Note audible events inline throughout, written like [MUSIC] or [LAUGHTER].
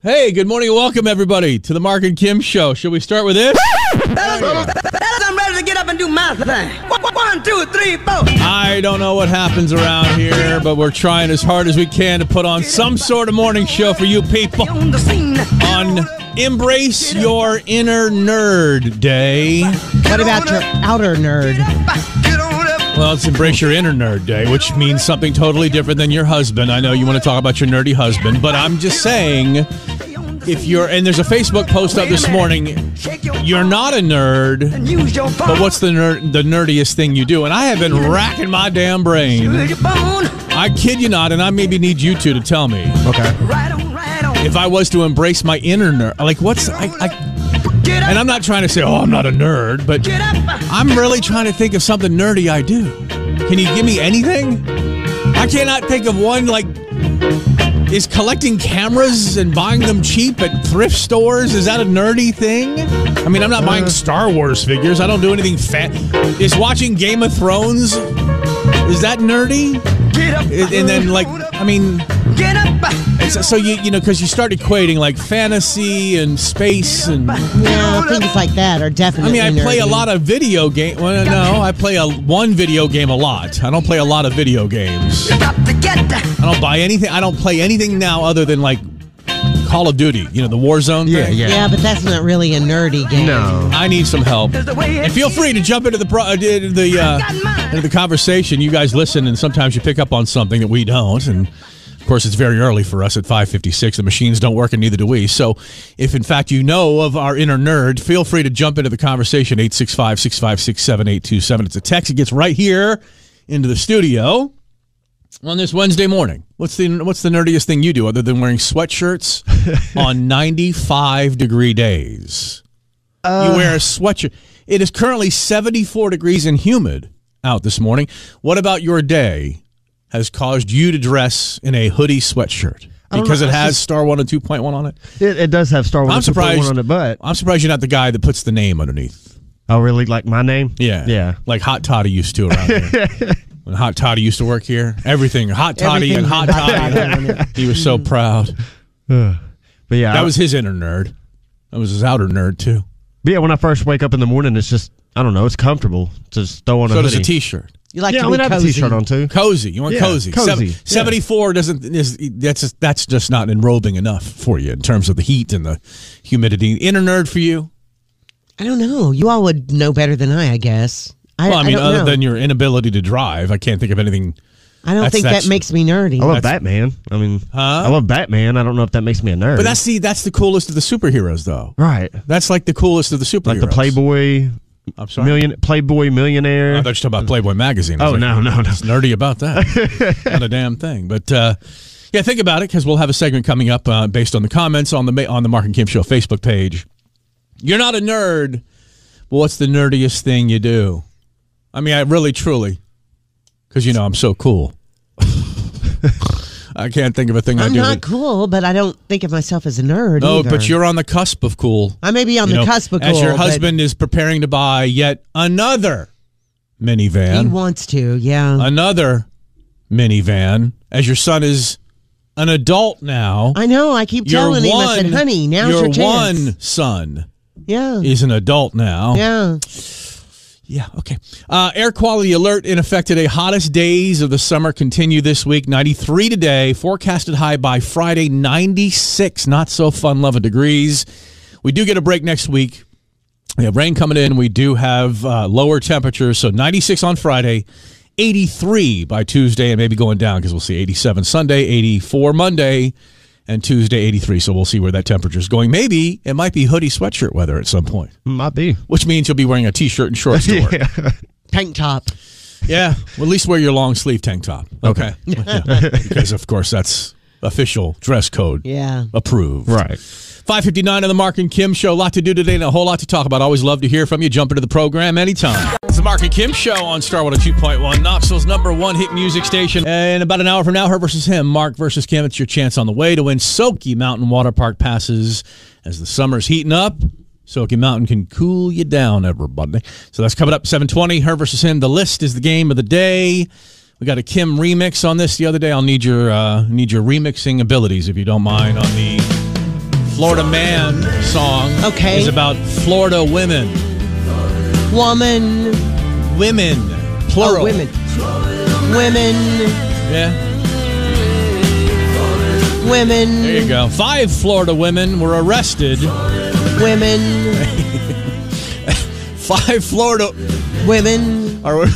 Hey, good morning and welcome everybody to the Mark and Kim show. Should we start with this? Fellas, fellas, I'm ready to get up and do my thing. One, one, two, three, four. I don't know what happens around here, but we're trying as hard as we can to put on some sort of morning show for you people On the scene. on Embrace Your Inner Nerd Day. What about your outer nerd? Get on up. Well, it's Embrace Your Inner Nerd Day, which means something totally different than your husband. I know you want to talk about your nerdy husband, but I'm just saying if you're, and there's a Facebook post up this morning, you're not a nerd. Use your phone. But what's the ner- the nerdiest thing you do? And I have been racking my damn brain. Use your phone. I kid you not, and I maybe need you two to tell me Okay. Right on, right on. if I was to embrace my inner nerd. Like, what's I, I? Get up. And I'm not trying to say, oh, I'm not a nerd, but Get up. I'm really trying to think of something nerdy I do. Can you give me anything? I cannot think of one like. Is collecting cameras and buying them cheap at thrift stores is that a nerdy thing? I mean, I'm not buying Star Wars figures. I don't do anything fat. Is watching Game of Thrones is that nerdy? Get up. And and then like, I mean, Get up. so, so you you know because you start equating like fantasy and space and Yeah, things like that are I definitely. mean, I play a lot of video game. Well, no, I play a one video game a lot. I don't play a lot of video games. I Got to get up. don't buy anything. I don't play anything now other than like Call of Duty. You know, the Warzone. Yeah, thing. yeah. Yeah, but that's not really a nerdy game. No. I need some help. Is the way it And feel free to jump into the pro- uh, d- the uh, into the conversation. You guys listen, and sometimes you pick up on something that we don't. And of course, it's very early for us at five fifty six. The machines don't work, and neither do we. So, if in fact you know of our inner nerd, feel free to jump into the conversation 865-656-7827. It's a text. It gets right here into the studio on this Wednesday morning. What's the what's the nerdiest thing you do other than wearing sweatshirts on 95 degree days? you wear a sweatshirt. It is currently 74 degrees and humid out this morning. What about your day has caused you to dress in a hoodie sweatshirt? don't Because know. it It's has just- Star 102.1 on it. It, it does have Star Wars I'm surprised on the butt. I'm surprised you're not the guy that puts the name underneath. Oh, really? Like my name? Yeah. Yeah. Like Hot Toddy used to around here. [LAUGHS] When Hot Toddy used to work here, everything Hot Toddy Everything and Hot had Hot Toddy. Toddy on he was so proud. But yeah, That I- was his inner nerd. That was his outer nerd too. but yeah. When I first wake up in the morning, it's just I don't know. It's comfortable to just throw on So a does hoodie. a t-shirt. You like yeah, to I be mean, I have a cozy. t-shirt on too. Cozy. You want Yeah, cozy. cozy, Sev- yeah. 74 doesn't is that's just, that's just not enrobing enough for you in terms of the heat and the humidity. Inner nerd for you? I don't know. You all would know better than I, I guess. I, Well, I mean don't other know. than your inability to drive, I can't think of anything. I don't that's- think that's- that makes me nerdy. I love Batman. I mean, I love Batman. I don't know if that makes me a nerd. But that's the that's the coolest of the superheroes though. right. That's like the coolest of the superheroes. Like the Playboy I'm sorry. million, Playboy millionaire. I thought you were talking about Playboy magazine. I was Oh, no, no, no. what's nerdy about [LAUGHS] that. Not a damn thing. But uh, yeah, think about it because we'll have a segment coming up uh, based on the comments on the ma- on the Mark and Kim Show Facebook page. You're not a nerd. Well, what's the nerdiest thing you do? I mean, I really, truly, because you know I'm so cool. [LAUGHS] I can't think of a thing I I'm do. not that- cool, but I don't think of myself as a nerd. no, either. but you're on the cusp of cool. I may be on You the know, cusp of cool. as your but husband is preparing to buy yet another minivan. He wants to. Yeah. another minivan as your son is an adult now. I know. I keep telling him. I said, "Honey, now's your, your chance." one son Yeah. is an adult now. Yeah. Yeah, okay. Uh, air quality alert in effect today. Hottest days of the summer continue this week. 93 today, forecasted high by Friday, 96. Not so fun, loving degrees. We do get a break next week. We have rain coming in. We do have uh, lower temperatures. So 96 on Friday, 83 by Tuesday, and maybe going down because we'll see 87 Sunday, 84 Monday, and Tuesday, 83. So we'll see where that temperature is going. Maybe it might be hoodie sweatshirt weather at some point, Might be. which means you'll be wearing a t shirt and shorts to work. Yeah. Tank top. Yeah. Well, at least wear your long sleeve tank top. Okay. [LAUGHS] Yeah. Because, of course, that's official dress code. Yeah. Approved. Right. 559 on the Mark and Kim Show. A lot to do today and a whole lot to talk about. Always love to hear from you. Jump into the program anytime. It's the Mark and Kim Show on Star 102.1, Knoxville's number one hit music station. And about an hour from now, her versus him, Mark versus Kim. It's your chance on the way to win Soaky Mountain Water Park passes as the summer's heating up. Soaky Mountain can cool you down, everybody. So that's coming up 720. Her versus him. The list is the game of the day. We got a Kim remix on this the other day. I'll need your uh, need your remixing abilities if you don't mind on the Florida Man song Okay. is about Florida women. Woman, Women. Plural. Oh, women, women, Yeah. women, There you go. Five Florida women were arrested. women, Five Florida women. are [LAUGHS] let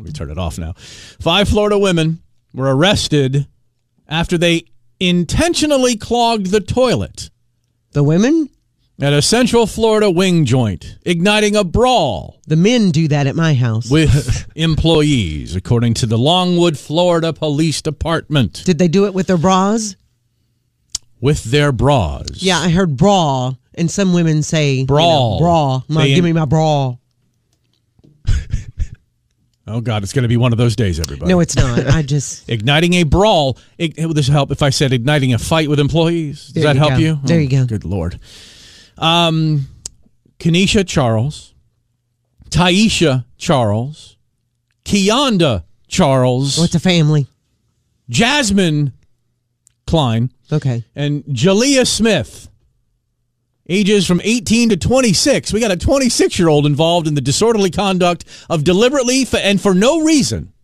me turn it off now. Five Florida women were arrested after they intentionally clogged the toilet The women, at a Central Florida wing joint, igniting a brawl the men do that at my house. with employees, according to the Longwood, Florida Police Department, Did they do it with their bras? with their bras. Yeah, I heard bra, and some women say Brawl. You know, bra. My, They- give me my bra. Oh God, it's going to be one of those days, everybody. No, it's not. I [LAUGHS] just. igniting a brawl. Ig- would this help if I said igniting a fight with employees? Does There that you help go. you? There you go. Good lord. Um, Kenesha Charles, Taisha Charles, Kianda Charles, Well, it's a family. Jasmine Klein, Okay. and Jalea Smith. Ages from 18 to 26. We got a 26 year old involved in the disorderly conduct of deliberately f- and for no reason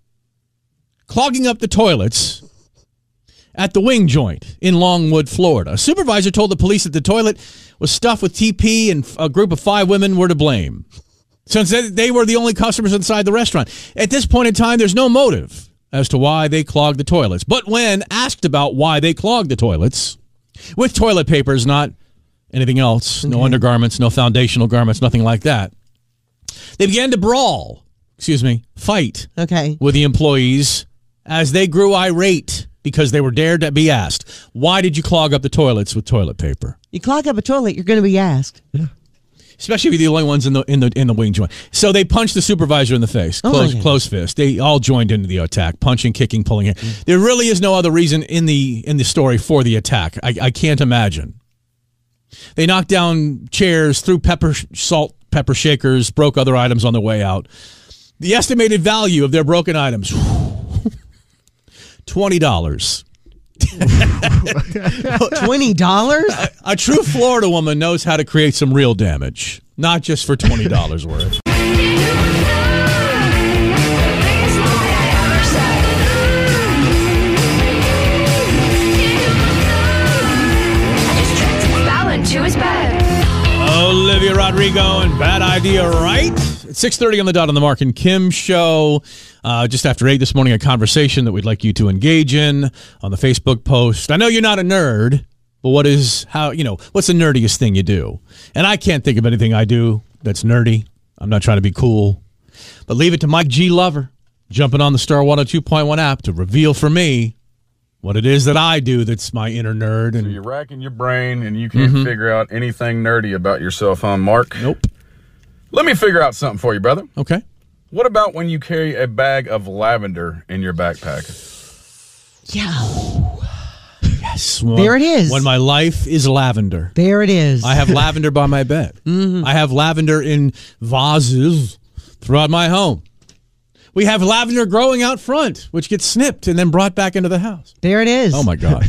clogging up the toilets at the wing joint in Longwood, Florida. A supervisor told the police that the toilet was stuffed with TP and f- a group of five women were to blame. Since they- they were the only customers inside the restaurant. At this point in time, there's no motive as to why they clogged the toilets. But when asked about why they clogged the toilets, with toilet papers, not anything else, no undergarments, no foundational garments, nothing like that, they began to brawl, excuse me, fight Okay. with the employees as they grew irate because they were dared to be asked, why did you clog up the toilets with toilet paper? You clog up a toilet, you're going to be asked. Especially if you're the only ones in the in the in the wing joint. So they punched the supervisor in the face, Oh, close yeah. close fist. They all joined into the attack, punching, kicking, pulling. It. Mm-hmm. There really is no other reason in the in the story for the attack. I, I can't imagine. They knocked down chairs, threw pepper sh- salt pepper shakers, broke other items on their way out. The estimated value of their broken items twenty dollars. [LAUGHS] Twenty dollars? A true Florida woman knows how to create some real damage, not just for twenty dollars [LAUGHS] worth. To his bed. Olivia Rodrigo and Bad Idea, right? It's 6.30 on the dot on the Mark and Kim show. Uh, just after 8 this morning, a conversation that we'd like you to engage in on the Facebook post. I know you're not a nerd, but what is, how, you know, what's the nerdiest thing you do? And I can't think of anything I do that's nerdy. I'm not trying to be cool. But leave it to Mike G. Lover, jumping on the Star 102.1 app to reveal for me what it is that I do that's my inner nerd. So And you're racking your brain and you can't figure out anything nerdy about yourself, huh, Mark? Mm-hmm. Nope. Let me figure out something for you, brother. Okay. What about when you carry a bag of lavender in your backpack? Yeah. Well, it is. When my life is lavender. There it is. I have lavender by my [LAUGHS] bed. Mm-hmm. I have lavender in vases throughout my home. We have lavender growing out front, which gets snipped and then brought back into the house. there it is. Oh my [LAUGHS] god!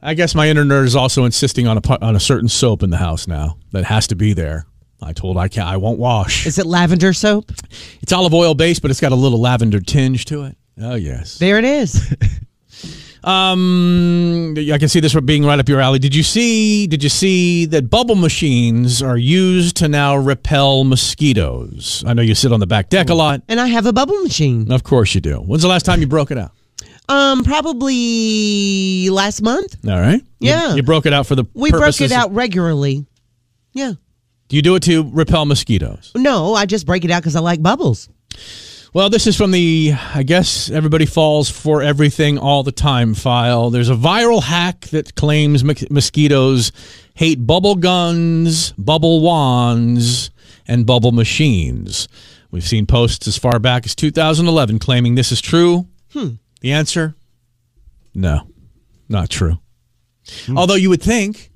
I guess my inner nerd is also insisting on a pu- on a certain soap in the house now that has to be there. I told I can't. I won't wash. Is it lavender soap? It's olive oil based, but it's got a little lavender tinge to it. Oh yes. There [LAUGHS] it is. Um, I can see this being right up your alley. Did you see? Did you see that bubble machines are used to now repel mosquitoes? I know you sit on the back deck a lot. And I have a bubble machine. Of course you do. When's the last time you broke it out? Um, probably last month. All right. You- Yeah. You, broke it out for the. We broke purposes it of- out regularly. Yeah. Do you do it to repel mosquitoes? No, I just break it out because I like bubbles. Well, this is from the. I guess everybody falls for everything all the time. File. There's a viral hack that claims mos- mosquitoes hate bubble guns, bubble wands, and bubble machines. We've seen posts as far back as 2011 claiming this is true. The answer? No, not true. Although you would think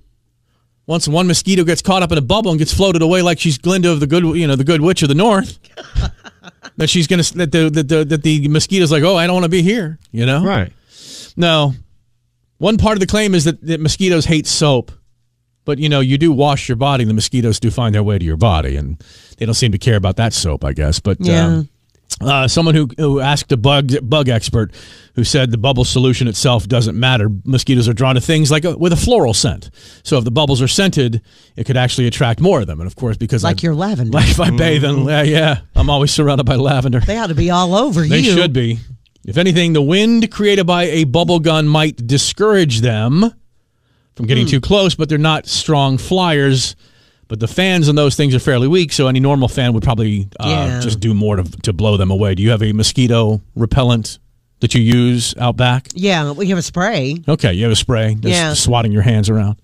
once one mosquito gets caught up in a bubble and gets floated away like she's Glinda of the good, you know, the good witch of the north, that she's gonna that the that the, that the mosquito's like, oh, I don't want to be here, you know? Right. No. One part of the claim is that, that mosquitoes hate soap. But you know, you do wash your body, and the mosquitoes do find their way to your body, and they don't seem to care about that soap, I guess. But Yeah. um, uh, someone who, who asked a bug bug expert who said the bubble solution itself doesn't matter. Mosquitoes are drawn to things like a, with a floral scent. So if the bubbles are scented, it could actually attract more of them. And of course, because Like I, your [LAUGHS] lavender. like if I bathe in yeah, yeah, I'm always surrounded by lavender. They ought to be all over They you. should be. If anything, the wind created by a bubble gun might discourage them from Hmm. getting too close, but they're not strong flyers. But the fans on those things are fairly weak, so any normal fan would probably uh, Yeah. just do more to, to blow them away. Do you have a mosquito repellent that you use out back? Yeah, we have a spray. Okay, you have a spray, just Yeah. swatting your hands [LAUGHS] around.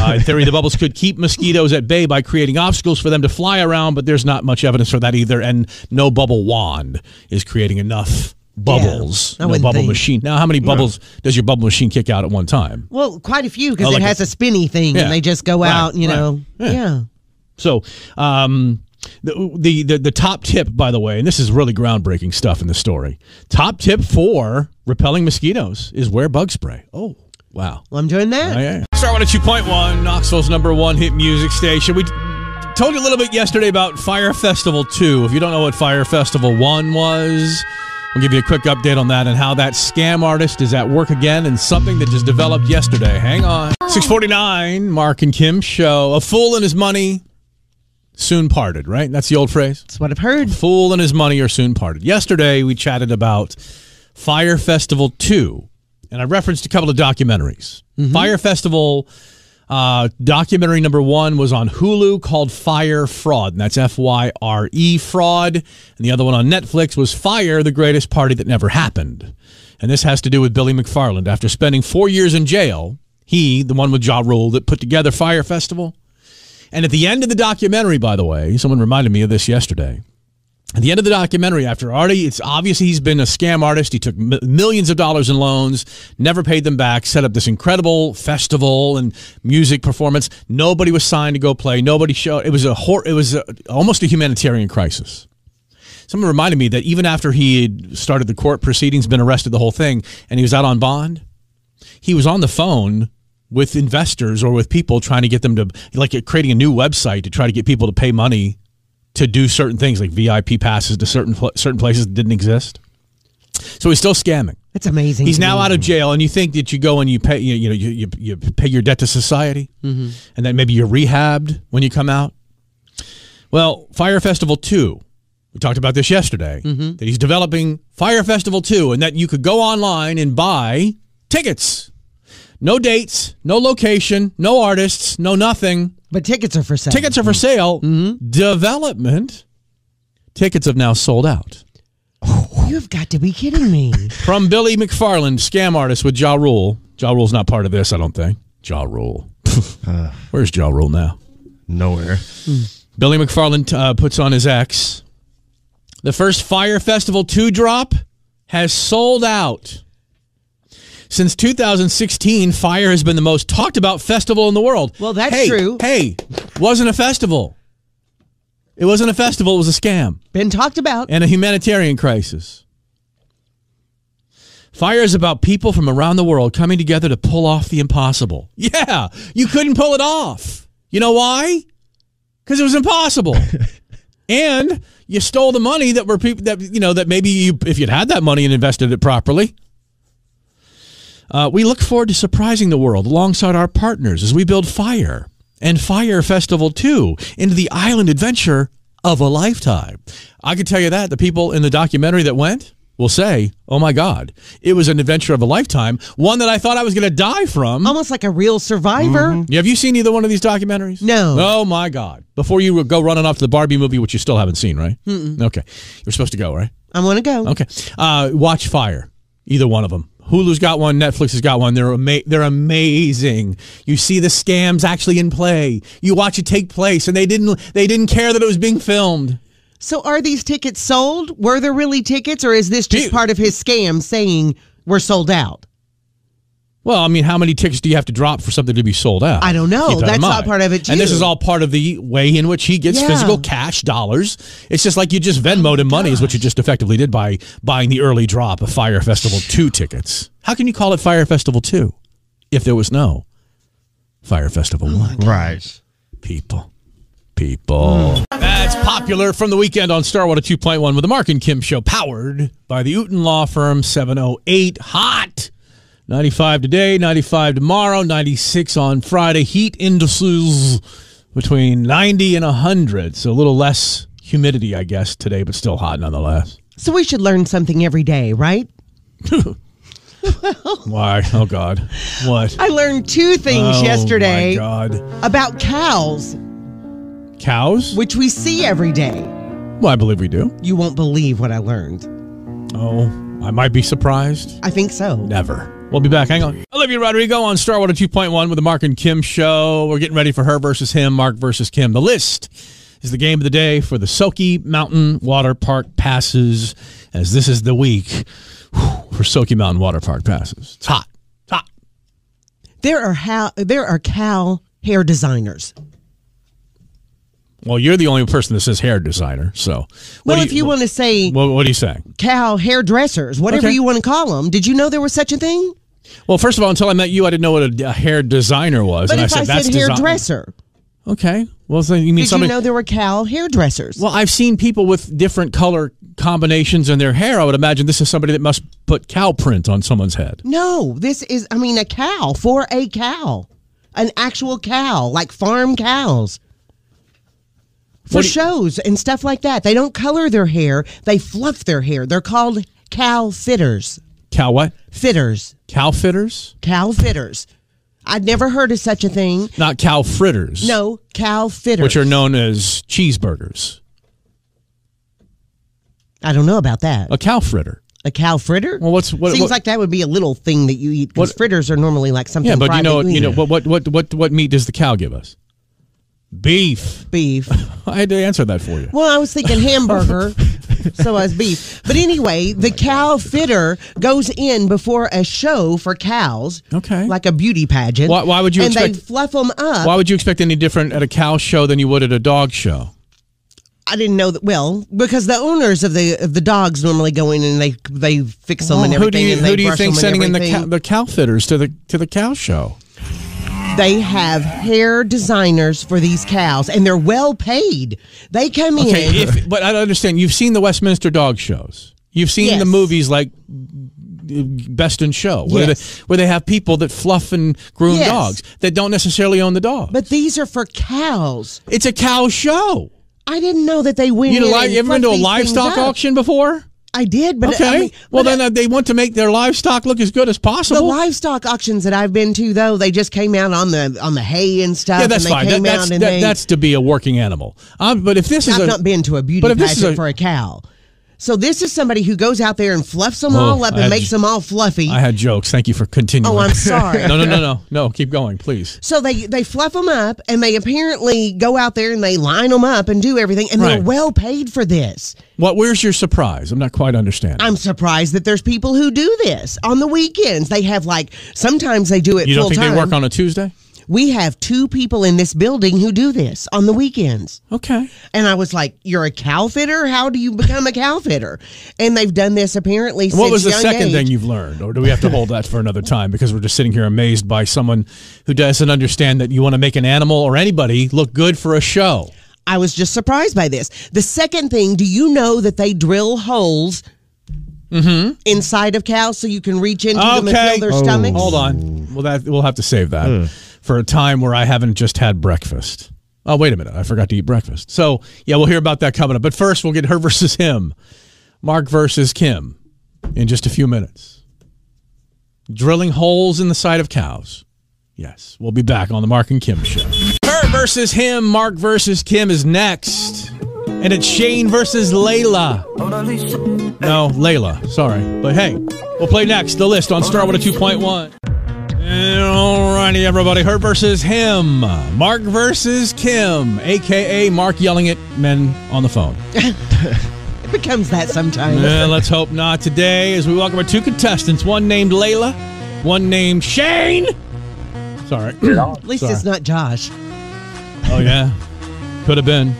Uh, in theory, the bubbles could keep mosquitoes at bay by creating obstacles for them to fly around, but there's not much evidence for that either. And no bubble wand is creating enough bubbles. I no wouldn't bubble think. machine. Now, how many bubbles does your bubble machine kick out at one time? Well, quite a few because Oh, like it has a- a, spinny thing Yeah. and they just go Right, out, you right. know. Yeah. Yeah. So, um, the, the the the top tip, by the way, and this is really groundbreaking stuff in the story. Top tip for repelling mosquitoes is wear bug spray. Oh, wow. Well, I'm doing Oh, that. Star 102.1, Knoxville's number one hit music station. We t- told you a little bit yesterday about Fire Festival 2. If you don't know what Fire Festival 1 was, we'll give you a quick update on that and how that scam artist is at work again and something that just developed yesterday. Hang on. 649, Mark and Kim show. A fool and his money soon parted, right? That's the old phrase. That's what I've heard. Fool and his money are soon parted. Yesterday, we chatted about Fire Festival 2, and I referenced a couple of documentaries. Fire Festival uh, documentary number one was on Hulu called Fire Fraud, and that's F Y R E fraud. And the other one on Netflix was Fire, the greatest party that never happened. And this has to do with Billy McFarland. After spending four years in jail, he, the one with Ja Rule that put together Fire Festival, and at the end of the documentary, by the way, someone reminded me of this yesterday. At the end of the documentary, after Artie, it's obvious he's been a scam artist. He took m- millions of dollars in loans, never paid them back, set up this incredible festival and music performance. Nobody was signed to go play. Nobody showed. It was a hor- it was a, almost a humanitarian crisis. Someone reminded me that even after he had started the court proceedings, been arrested, the whole thing, and he was out on bond, he was on the phone with investors or with people trying to get them to like creating a new website to try to get people to pay money to do certain things like VIP passes to certain pl- certain places that didn't exist. So he's still scamming. That's amazing. He's to now me. out of jail, and you think that you go and you pay you, you know you, you, you pay your debt to society, and then maybe you're rehabbed when you come out. Well, Fire Festival Two, we talked about this yesterday. That he's developing Fire Festival Two, and that you could go online and buy tickets. No dates, no location, no artists, no nothing. But tickets are for sale. Tickets are for sale. Mm-hmm. Development tickets have now sold out. You've got to be kidding [LAUGHS] me. From Billy McFarland, scam artist with Ja Rule. Ja Rule's not part of this, I don't think. Ja [LAUGHS] Rule. Uh. Where's Ja Rule now? Nowhere. Billy McFarland uh, puts on his ex. The first Fire Festival 2 drop has sold out. Since 2016, Fire has been the most talked about festival in the world. Well, that's Hey, true. Hey, wasn't a festival. It wasn't a festival, it was a scam. Been talked about. and a humanitarian crisis. Fire is about people from around the world coming together to pull off the impossible. [LAUGHS] Yeah, you couldn't pull it off. You know why? Because it was impossible. and you stole the money that were people that you know that maybe you if you'd had that money and invested it properly. Uh, we look forward to surprising the world alongside our partners as we build Fire and Fire Festival 2 into the island adventure of a lifetime. I can tell you that the people in the documentary that went will say, oh my God, it was an adventure of a lifetime, one that I thought I was going to die from. Almost like a real survivor. Have you seen either one of these documentaries? No. Oh my God! Before you go running off to the Barbie movie, which you still haven't seen, right? Mm-mm. Okay, you're supposed to go, right? I want to go. Okay. Uh, watch Fire. Either one of them. Hulu's got one. Netflix has got one. They're ama- they're amazing. You see the scams actually in play. You watch it take place, and they didn't they didn't care that it was being filmed. So are these tickets sold? Were there really tickets or is this just Dude. part of his scam saying we're sold out? Well, I mean, how many tickets do you have to drop for something to be sold out? I don't know. Keep that in That's not mind. part of it, And this too. is all part of the way in which he gets Yeah. Oh physical cash dollars. It's just like you just Venmoed him money is what you just effectively did by buying the early drop of Fire Festival 2 tickets. How can you call it Fire Festival 2 if there was no Fire Festival 1. Right. People. People. That's popular from the weekend on Starwater 2.1 with the Mark and Kim show, powered by the Uton Law Firm 708. Hot! 95 today, 95 tomorrow, 96 on Friday. Heat indices between 90 and 100. So a little less humidity, I guess, today, but still hot nonetheless. So we should learn something every day, right? Why? Oh, God. What? [LAUGHS] I learned two things Oh, yesterday My God. about cows, Cows? which we see every day. Well, I believe we do. You won't believe what I learned. Oh, I might be surprised. I think so. Never. We'll be back. Hang on. Olivia Rodrigo on Starwater 2.1 with the Mark and Kim show. We're getting ready for her versus him, Mark versus Kim. The list is the game of the day for the Soaky Mountain Water Park passes, as this is the week whew, for Soaky Mountain Water Park passes. It's hot. It's hot. There are how there are cow hair designers. Well, you're the only person that says hair designer, so. what Well, do if you want to say What, what are you saying? cow hairdressers, whatever Okay. you want to call them, did you know there was such a thing? Well, first of all, until I met you, I didn't know what a, a hair designer was. But if I, "That's said design-" hairdresser, Okay. Well, so you mean did somebody. you know there were cow hairdressers? Well, I've seen people with different color combinations in their hair. I would imagine this is somebody that must put cow print on someone's head. no, this is I mean a cow for a cow, an actual cow like farm cows. For What do you- shows and stuff like that. They don't color their hair, they fluff their hair. They're called cow fitters. Cow what? Fitters. Cow fitters? Cow fitters. I'd never heard of such a thing. Not cow fritters. No, cow fitters. Which are known as cheeseburgers. I don't know about that. A cow fritter. A cow fritter? Well, what's- what- Seems what- like that would be a little thing that you eat because What- fritters are normally like something. Yeah, but you fried know, that you know, eat. what, what, what, what, what meat does the cow give us? Beef. beef. I had to answer that for you. Well, I was thinking hamburger, so I was beef. But anyway, the cow fitter goes in before a show for cows. Okay. like a beauty pageant. Why- why would you And they expect- fluff them up. Why would you expect any different at a cow show than you would at a dog show? I didn't know that. Well, because the owners of the of the dogs normally go in and they they fix them and who do everything. you, and they who do you brush think 'em and sending in the everything. cow, the cow fitters to the to the cow show? They have hair designers for these cows, and they're well paid. They come Okay, in. if, but I don't understand. You've seen the Westminster dog shows. You've seen the Yes. movies like Best in Show, where, Yes. they, where they have people that fluff and groom Yes. dogs that don't necessarily own the dog. but these are for cows. it's a cow show. I didn't know that they went. You, know, in like, and you ever been to fluffed a these livestock things up. auction before? I did, but Okay. I mean, well, but then uh, they want to make their livestock look as good as the possible. livestock auctions that I've been to, though, they just came out on the on the hay and stuff. yeah, that's and they fine. That- Came that's, out and that- they, that's to be a working animal. Um, but if this is I've a, not been to a beauty but if this is pageant a- for a cow. So this is somebody who goes out there and fluffs them Oh, all up I and makes j- them all fluffy. I had jokes. Thank you for continuing. [LAUGHS] oh, I'm sorry. no, no, no, no, no. Keep going, please. So they they fluff them up and they apparently go out there and they line them up and do everything and Right. they're well paid for this. What? Where's your surprise? I'm not quite understanding. I'm surprised that there's people who do this on the weekends. They have like sometimes they do it You full don't think time. they work on a Tuesday? we have two people in this building who do this on the weekends. Okay. And I was like, "You're a cow fitter? How do you become a cow fitter?" And they've done this apparently. What since was the young second age. thing you've learned, or do we have to hold that for another time because we're just sitting here amazed by someone who doesn't understand that you want to make an animal or anybody look good for a show? I was just surprised by this. The second thing, do you know that they drill holes inside of cows so you can reach into Mm-hmm. them and Okay. Oh. feel their stomachs? Hold on. Well, that we'll have to save that for a time where I haven't just had breakfast. Oh, wait a minute. I forgot to eat breakfast. So, yeah, we'll hear about that coming up. But first, we'll get her [LAUGHS] versus him, Mark versus Kim, in just a few minutes. Drilling holes in the side of cows. Yes, we'll be back on the Mark and Kim show. Her versus him, Mark versus Kim is next. And it's Shane versus Layla. No, Layla. Sorry. But hey, we'll play next. The list on oh Starwater 2.1. Alrighty, everybody. Her versus him. Mark versus Kim, a.k.a. Mark yelling at men on the phone. It becomes that sometimes. Eh, let's hope not today as we welcome our two contestants, one named Layla, one named Shane. Sorry. [CLEARS THROAT] At least Sorry. it's not Josh. Oh yeah, could have been.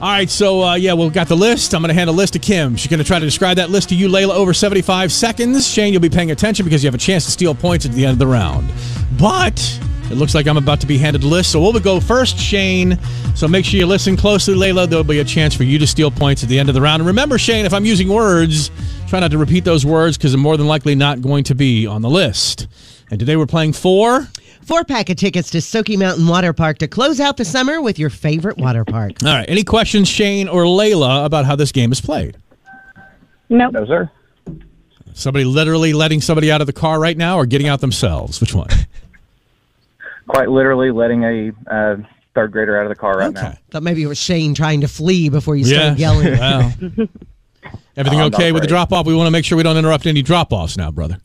All right, so uh, yeah, we've got the list. I'm going to hand a list to Kim. She's going to try to describe that list to you, Layla, over 75 seconds. Shane, you'll be paying attention because you have a chance to steal points at the end of the round. But It looks like I'm about to be handed a list, so we'll go first, Shane. So make sure you listen closely, Layla. There'll be a chance for you to steal points at the end of the round. And remember, Shane, if I'm using words, try not to repeat those words because they're more than likely not going to be on the list. And today we're playing four. Four pack of tickets to Soaky Mountain Water Park to close out the summer with your favorite water park. All right. Any questions, Shane or Layla, about how this game is played? Nope. No, sir. Somebody literally letting somebody out of the car right now or getting out themselves? Which one? Quite literally letting a uh, third grader out of the car [LAUGHS] right now. Thought maybe it was Shane trying to flee before you [LAUGHS] started yelling. [LAUGHS] Wow. Everything I'm not okay with the afraid. drop off? We want to make sure we don't interrupt any drop offs now, brother.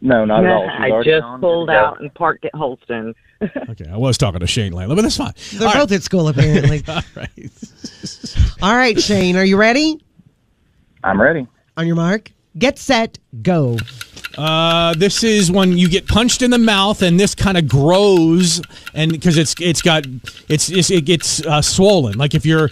No, not at all. She's I already just on. pulled Yeah. out and parked at Holston. Okay, I was talking to Shane Landler, but that's fine. They're All both at school apparently. right, [LAUGHS] all right. [LAUGHS] All right, Shane, are you ready? I'm ready. On your mark, get set, go. Uh, this is when you get punched in the mouth, and this kind of grows, and because it's it's got it's, it's it gets uh, swollen. Like if you're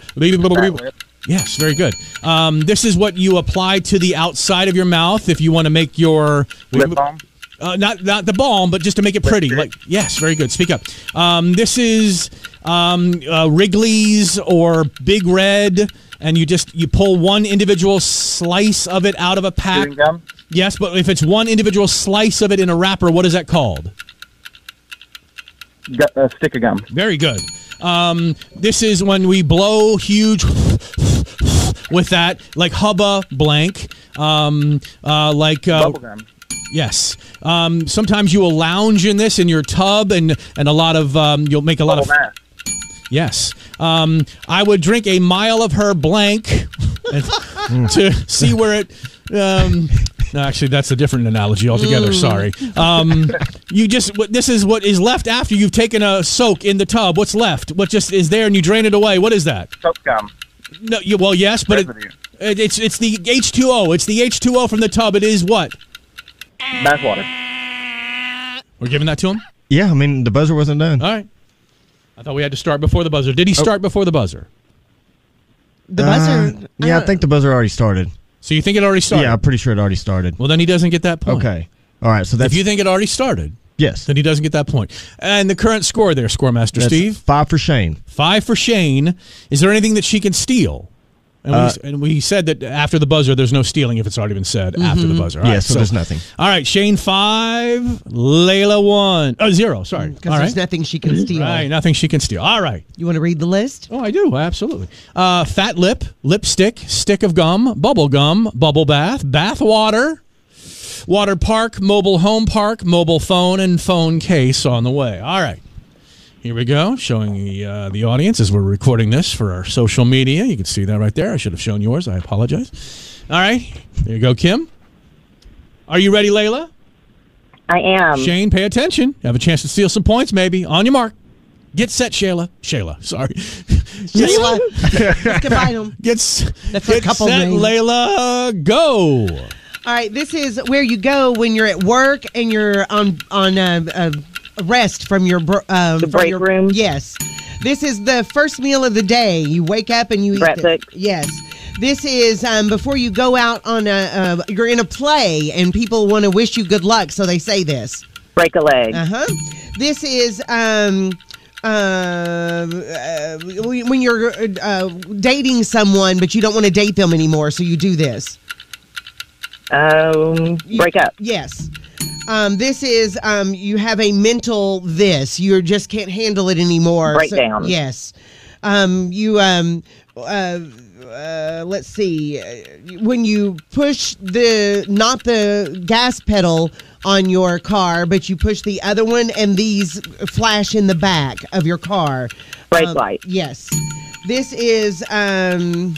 yes, very good. Um, this is what you apply to the outside of your mouth if you want to make your Lip balm. Uh, not not the balm, but just to make it pretty. Like yes, very good. Speak up. Um, this is um, uh, Wrigley's or Big Red, and you just you pull one individual slice of it out of a pack. Chewing gum. Yes, but if it's one individual slice of it in a wrapper, what is that called? Gu- uh, stick of gum. Very good. Um, this is when we blow huge with that, like hubba blank, um, uh, like uh, Bubble gum. Yes. Um, sometimes you will lounge in this in your tub, and and a lot of um, you'll make a lot Bubble of mask. yes. Um, I would drink a mile of her blank [LAUGHS] to see where it. Um, no, actually, that's a different analogy altogether. Mm. Sorry. Um, you just what- this is what is left after you've taken a soak in the tub. What's left? What just is there, and you drain it away. What is that? Soap gum. No. You, well, yes, but it, Residue. it, it's it's the H two O. It's the H two O from the tub. It is what Bath water. we're giving that to him. Yeah, I mean, the buzzer wasn't done. All right. I thought we had to start before the buzzer. Did he Oh. start before the buzzer? The buzzer. Uh, yeah, I think the buzzer already started. So you think it already started? Yeah, I'm pretty sure it already started. Well, then he doesn't get that point. Okay. All right, so that's If you think it already started, yes. then he doesn't get that point. And the current score there, Scoremaster That's Steve, five for Shane. five for Shane. Is there anything that she can steal? And, Uh, we, and we said that after the buzzer, there's no stealing if it's already been said after the buzzer. All Yeah, right, Mm-hmm. so there's nothing. All right, Shane five, Layla one, oh zero. Sorry. Because All Mm, there's right. nothing she can steal. All right, nothing she can steal. All right. You want to read the list? Oh, I do absolutely. Uh, fat lip, lipstick, stick of gum, bubble gum, bubble bath, bath water, water park, mobile home park, mobile phone, and phone case on the way. All right, here we go. Showing the uh, the audience as we're recording this for our social media. You can see that right there. I should have shown yours. I apologize. All right, there you go, Kim. Are you ready, Layla? I am. Um, Shane, pay attention. Have a chance to steal some points, maybe. On your mark. Get set, Shayla. Shayla, sorry. [LAUGHS] Just like- [LAUGHS] combine 'em. Gets That's a get couple set, names. Layla. Go. All right, this is where you go when you're at work and you're on on uh, uh, rest from your br- um, the break room? Yes, this is the first meal of the day. You wake up and you Breakfast. eat. The, yes, this is um, before you go out on a. Uh, you're in a play and people want to wish you good luck, so they say this. Break a leg. Uh huh. This is um, uh, uh, when you're uh, dating someone, but you don't want to date them anymore, so you do this. Uh-huh. Um, break up. Yes. Um, this is um, you have a mental this. You just can't handle it anymore. Breakdown. yes. Um, you um, uh, uh, let's see uh, when you push the not the gas pedal on your car, but you push the other one, and these flash in the back of your car. Brake Uh, Um, light. Yes. This is um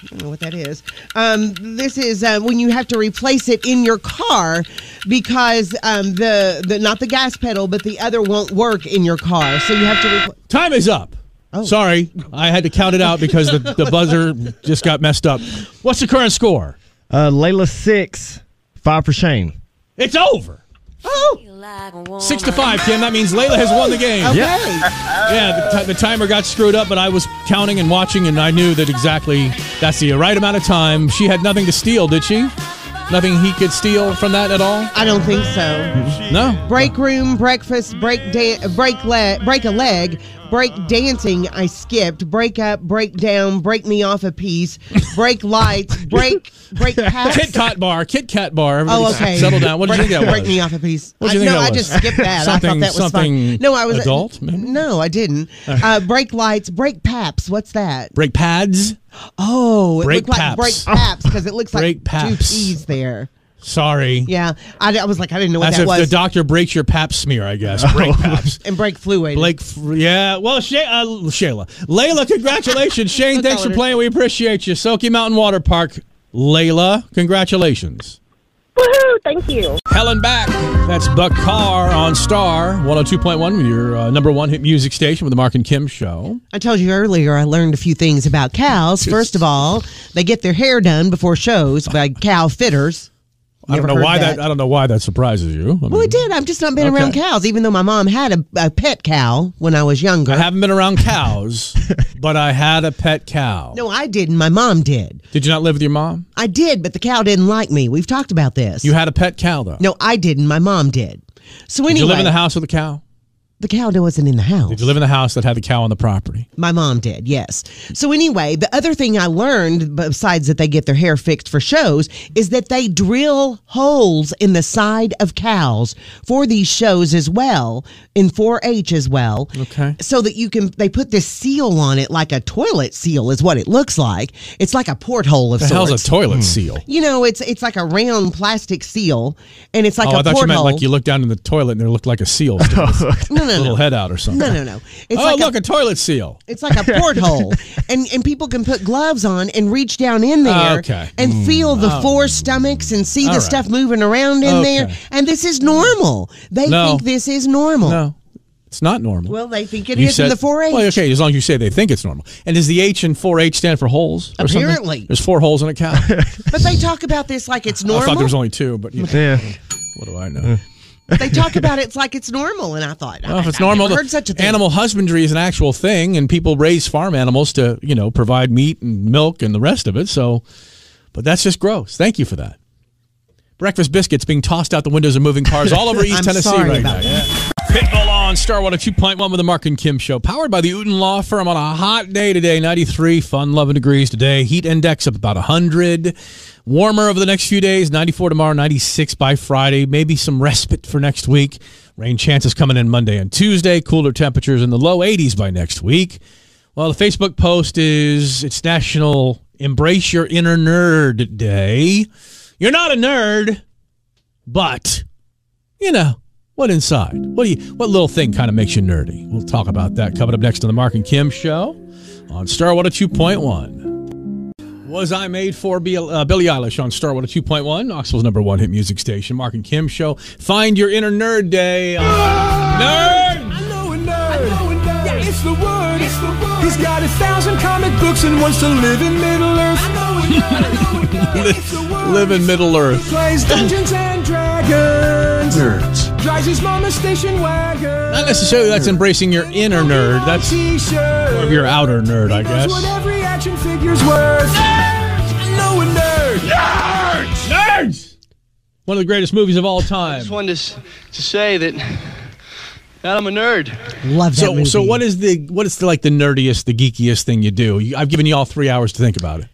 I don't know what that is. Um this is uh, when you have to replace it in your car because um the the not the gas pedal but the other won't work in your car. So you have to repl- Time is up. Oh. Sorry, I had to count it out because the, the buzzer just got messed up. What's the current score? Uh, Layla six, five for Shane. It's over. Oh. Six to five, Kim. That means Layla has won the game. Yeah. Yeah, the, t- the timer got screwed up, but I was counting and watching, and I knew that exactly that's the right amount of time. She had nothing to steal, did she? Nothing he could steal from that at all? I don't think so. Mm-hmm. No. Break room, breakfast, break da- break leg, break a leg, break dancing. I skipped. Break up, break down, break me off a piece. Break lights, break break Kit past. Kat bar, Kit Kat bar. Oh, Everybody okay. Settle down. What did break, you think that was? Break me off a piece. What did you I, think no, that I was? just skipped that. I thought Something- that was something fun. No, I was adult, maybe? No, I didn't. Uh, break lights, break paps. What's that? Break pads. Oh, it Break looked like paps. break [LAUGHS] paps because it looks Break like two paps. p's there. Sorry. Yeah, I, I was like, I didn't know what That's that if was. Oh. the doctor breaks your pap smear, I [LAUGHS] guess. Break paps. and break fluid. Blake, F- yeah. Well, Shay, uh, Shayla. Layla, [LAUGHS] congratulations. Shane, thanks for calling her. playing. We appreciate you. Soaky Mountain Water Park. Layla, congratulations. Woohoo! Thank you. Helen back. That's Buck Carr on Star 102.1, your uh, number one hit music station with the Mark and Kim show. I told you earlier I learned a few things about cows. First of all, they get their hair done before shows by cow fitters. I don't Never know heard why that. that. uh, I don't know why that surprises you. I Well, mean, it did. I've just not been Okay. around cows, even though my mom had a, a pet cow when I was younger. I haven't been around [LAUGHS] cows, but I had a pet cow. no, I didn't. My mom did. Did you not live with your mom? I did, but the cow didn't like me. We've talked about this. You had a pet cow though. no, I didn't. My mom did. So anyway, Did you live in the house with a cow? the cow wasn't in the house. Did you live in the house that had the cow on the property? My mom did, yes. So anyway, the other thing I learned besides that they get their hair fixed for shows is that they drill holes in the side of cows for these shows as well, in 4-H as well. Okay. So that you can they put this seal on it like a toilet seal is what it looks like. It's like a porthole of The hell's a sorts. toilet seal? you know, it's it's like a round plastic seal and it's like oh, a I thought porthole. you meant like you looked down in the toilet and there looked like a [LAUGHS] seal, sticking its no, no, little no. head out or something. No, no, [LAUGHS] no. It's oh, like a- look, a, toilet seal. [LAUGHS] It's like a porthole, and and people can put gloves on and reach down in there Okay. Hmm. Oh. and feel the four stomachs and see the All right. stuff moving around in Okay. there. And this is normal. They No. think this is normal. No, it's not normal. Well, they think it is You said- in the 4-H. Well, okay, as long as you say they think it's normal. And does the H in 4-H stand for holes? Or something? Apparently. there's four holes in a [LAUGHS] cow. I But they talk about this like it's thought normal. there was only two, but you know, Yeah. what do I [LAUGHS] know? they [LAUGHS] talk about it's like it's normal, and I thought, Well, I, if it's I normal, never the heard such a thing. animal husbandry is an actual thing, and people raise farm animals to, you know, provide meat and milk and the rest of it. So, but that's just gross. Thank you for that. Breakfast biscuits being tossed out the windows of moving cars all [LAUGHS] over East I'm Tennessee sorry right now. about Pitbull on Star 102.1 with the Mark and Kim Show, powered by the Uten Law Firm on a hot day today, 93, fun, 11 degrees today. Heat index up about 100. Warmer over the next few days, 94 tomorrow, 96 by Friday. Maybe some respite for next week. Rain chances coming in Monday and Tuesday. Cooler temperatures in the low 80s by next week. Well, the Facebook post is it's National Embrace Your Inner Nerd Day. You're not a nerd, but you know, what inside? What do you what little thing kind of makes you nerdy? We'll talk about that coming up next on the Mark and Kim show on Star oh Water 2.1. Was I made for Bill- uh, Billie Eilish on Star Water 2.1, Knoxville's number one hit music station, Mark and Kim show. Find your inner nerd day. on- Nerd! It's the word. He's got a thousand comic books and wants to live in Middle Earth. Live in Middle Earth. Plays Dungeons and Dragons. Nerds. Drives his mama station wagon. Not necessarily that's embracing your inner nerd. That's T-shirt. more of your outer nerd, I He knows what guess. every action figure's worth. I know a nerd. Nerds! One of the greatest movies of all time. wanted to, s- to say that that I'm a nerd. Love that So, movie. so what is the what is the, like the nerdiest, the geekiest thing you do? You- I've given you all three hours to think about it.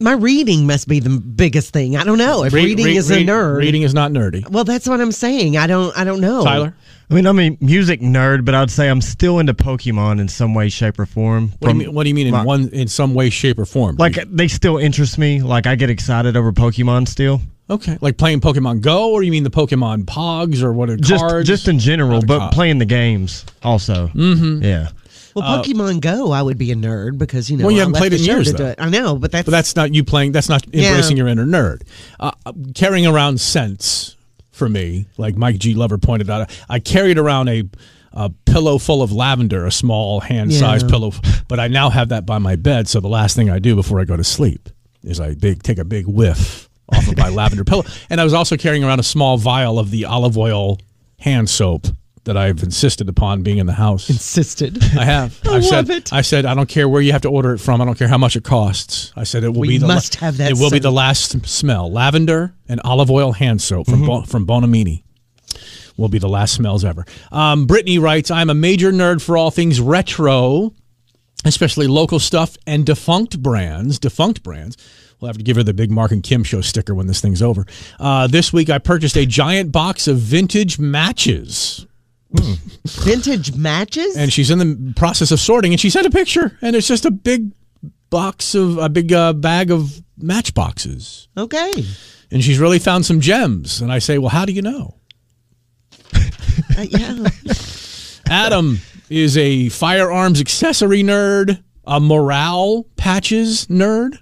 My reading must be the biggest thing. I don't know if Read- reading read- is read- a nerd. Reading is not nerdy. Well, that's what I'm saying. I don't. I don't Oh. know. Tyler, I mean, I'm a music nerd, but I'd say I'm still into Pokemon in some way, shape, or form. what do From- you mean? What do you mean in my- one in some way, shape, or form? Like they still interest me. Like I get excited over Pokemon still. okay, like playing Pokemon Go, or you mean the Pokemon Pogs, or what are Just cards? just in general, Not a but cop. playing the games also. Mm-hmm. Yeah. Well, Pokemon Go, I would be a nerd because you know. Uh, Well, you I haven't left played the it in show years, to though. do it. I know, but that's but that's not you playing. That's not embracing Yeah. your inner nerd. Uh, carrying around scents for me, like Mike G. Lover pointed out, I carried around a. A pillow full of lavender, a small hand-sized Yeah. pillow, but I now have that by my bed. So the last thing I do before I go to sleep is I big, take a big whiff off [LAUGHS] of my lavender pillow. And I was also carrying around a small vial of the olive oil hand soap that I've insisted upon being in the house. Insisted. [LAUGHS] I have. [LAUGHS] I have love said, it. I said I don't care where you have to order it from. I don't care how much it costs. I said it will We be the la- must have that It will be scent. the last s- smell: lavender and olive oil hand soap Mm-hmm. from Bo- from Bonamini. Will be the last smells ever. Um, Brittany writes, "I'm a major nerd for all things retro." especially local stuff and defunct brands. Defunct brands. We'll have to give her the big Mark and Kim show sticker when this thing's over. Uh, this week, I purchased a giant box of vintage matches, Vintage matches? and she's in the process of sorting. And she sent a picture, and it's just a big box of a big uh, bag of matchboxes. okay. And she's really found some gems. And I say, well, how do you know? [LAUGHS] Uh, yeah. Adam [LAUGHS] is a firearms accessory nerd, a morale patches nerd.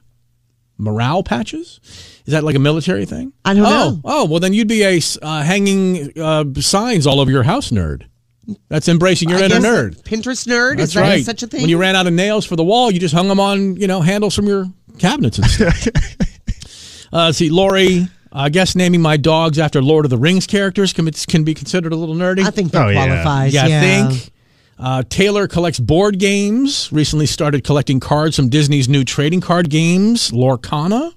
Morale patches? Is that like a military thing? I don't oh, know. Oh, well, then you'd be a uh, hanging uh, signs all over your house nerd. That's embracing your I inner guess nerd. Pinterest nerd? That's Is that right. such a thing? When you ran out of nails for the wall, you just hung them on, you know, handles from your cabinets and [LAUGHS] stuff. uh, let's see, Lori, I guess naming my dogs after Lord of the Rings characters can, can be considered a little nerdy. I think that Oh, yeah. qualifies. Yeah, Yeah, I think. Uh, Taylor collects board games. Recently started collecting cards from Disney's new trading card games, Lorcana.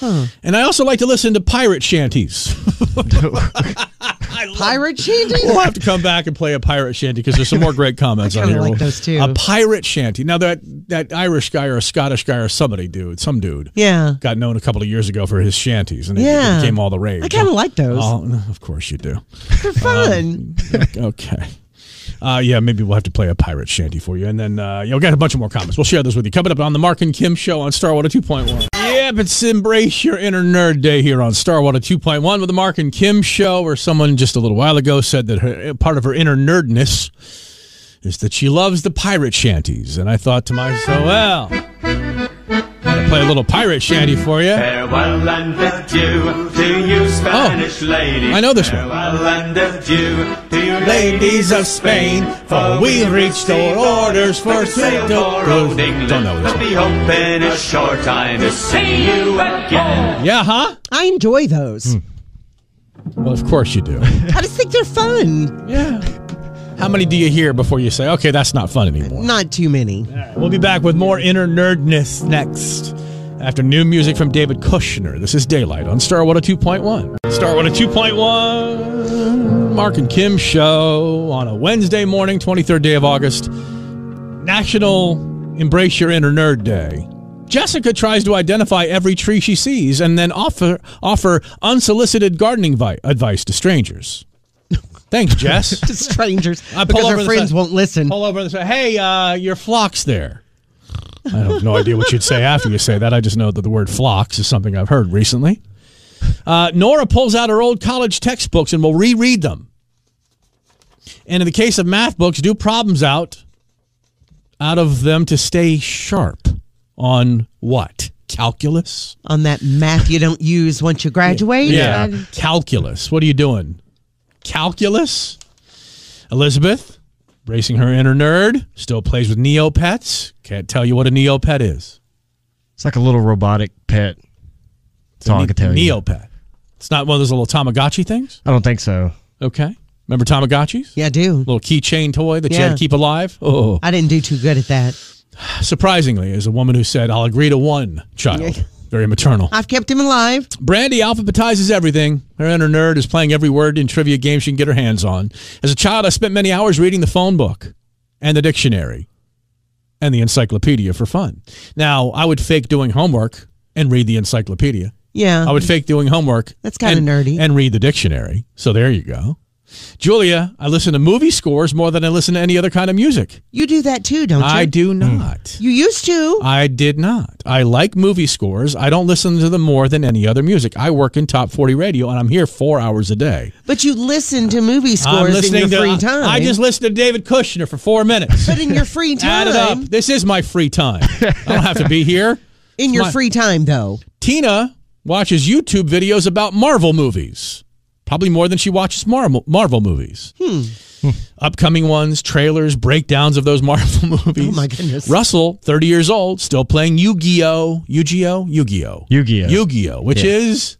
And I also like to listen to pirate shanties. Pirate shanties? we'll have to come back and play a pirate shanty because there's some more great comments I on kinda here. like those, too. A pirate shanty. Now that that Irish guy or a Scottish guy or somebody dude, some dude, Yeah. got known a couple of years ago for his shanties, and Yeah. it became all the rage. I kinda like those. Oh, of course you do. They're fun. [LAUGHS] okay. Uh, yeah, maybe we'll have to play a pirate shanty for you, and then uh, you'll get a bunch of more comments. We'll share those with you coming up on the Mark and Kim show on Starwater 2.1. Yep, it's embrace your inner nerd day here on Starwater 2.1 with the Mark and Kim show, where someone just a little while ago said that her, part of her inner nerdness is that she loves the pirate shanties, and I thought to myself, well, gotta play a little pirate shanty for you. Farewell and adieu to you, Spanish lady. Oh, I know this one. Farewell and adieu to you, ladies of Spain, for we reached our orders for sail for old England. Don't know this But one. we hope in a short time to see you again. Yeah, huh? I enjoy those. Hmm. Well, of course you do. I just think they're [LAUGHS] fun. yeah. How many do you hear before you say, okay, that's not fun anymore? Not too many. We'll be back with more inner nerdness next. After new music from David Kushner, this is Daylight on Star 102.1. Star 102.1, Mark and Kim show on a Wednesday morning, 23rd day of August, National Embrace Your Inner Nerd Day. Jessica tries to identify every tree she sees and then offer, offer unsolicited gardening vi- advice to strangers. Thanks, Jess. To [LAUGHS] strangers. I pull because over our the friends side. won't listen. Pull over and say, "Hey, uh, your flock's there." I have no idea what you'd say after you say that. I just know that the word flocks is something I've heard recently. Uh, Nora pulls out her old college textbooks and will reread them. And in the case of math books, do problems out out of them to stay sharp on what calculus. On that math you don't use once you graduate. Yeah. Calculus. What are you doing? Calculus? Elizabeth, bracing her inner nerd, still plays with Neopets. Can't tell you what a Neopet is. It's like a little robotic pet. That's all I Ne- can tell you. Neopet. It's not one of those little Tamagotchi things. I don't think so. Okay. Remember Tamagotchis? Yeah, I do. Little keychain toy that you had Yeah. to keep alive. Oh, I didn't do too good at that. surprisingly, is a woman who said, "I'll agree to one child." Very maternal. I've kept him alive. Brandy alphabetizes everything. Her inner nerd is playing every word in trivia games she can get her hands on. As a child, I spent many hours reading the phone book and the dictionary and the encyclopedia for fun. Now, I would fake doing homework and read the encyclopedia. Yeah. I would fake doing homework. Uh-huh. That's kinda and- nerdy. And read the dictionary. So there you go. Julia, I listen to movie scores more than I listen to any other kind of music. you do that too, don't you? I do not. You used to. I did not. I like movie scores. I don't listen to them more than any other music. I work in top 40 radio and I'm here four hours a day. But you listen to movie I'm scores in your free time. I just listened to David Kushner for four [LAUGHS] minutes. But in your free [LAUGHS] Add it up. time. This is my free time. I don't have to be here. In your My- free time, though. Tina watches YouTube videos about Marvel movies, probably more than she watches Marvel, Marvel movies. Hmm. Hmm. Upcoming ones, trailers, breakdowns of those [LAUGHS] Marvel movies. Oh, my goodness. Russell, 30 years old, still playing Yu Gi Oh! Yu Gi Oh! Yu Gi Oh! Yu-Gi-Oh. Yu Gi Oh! Which is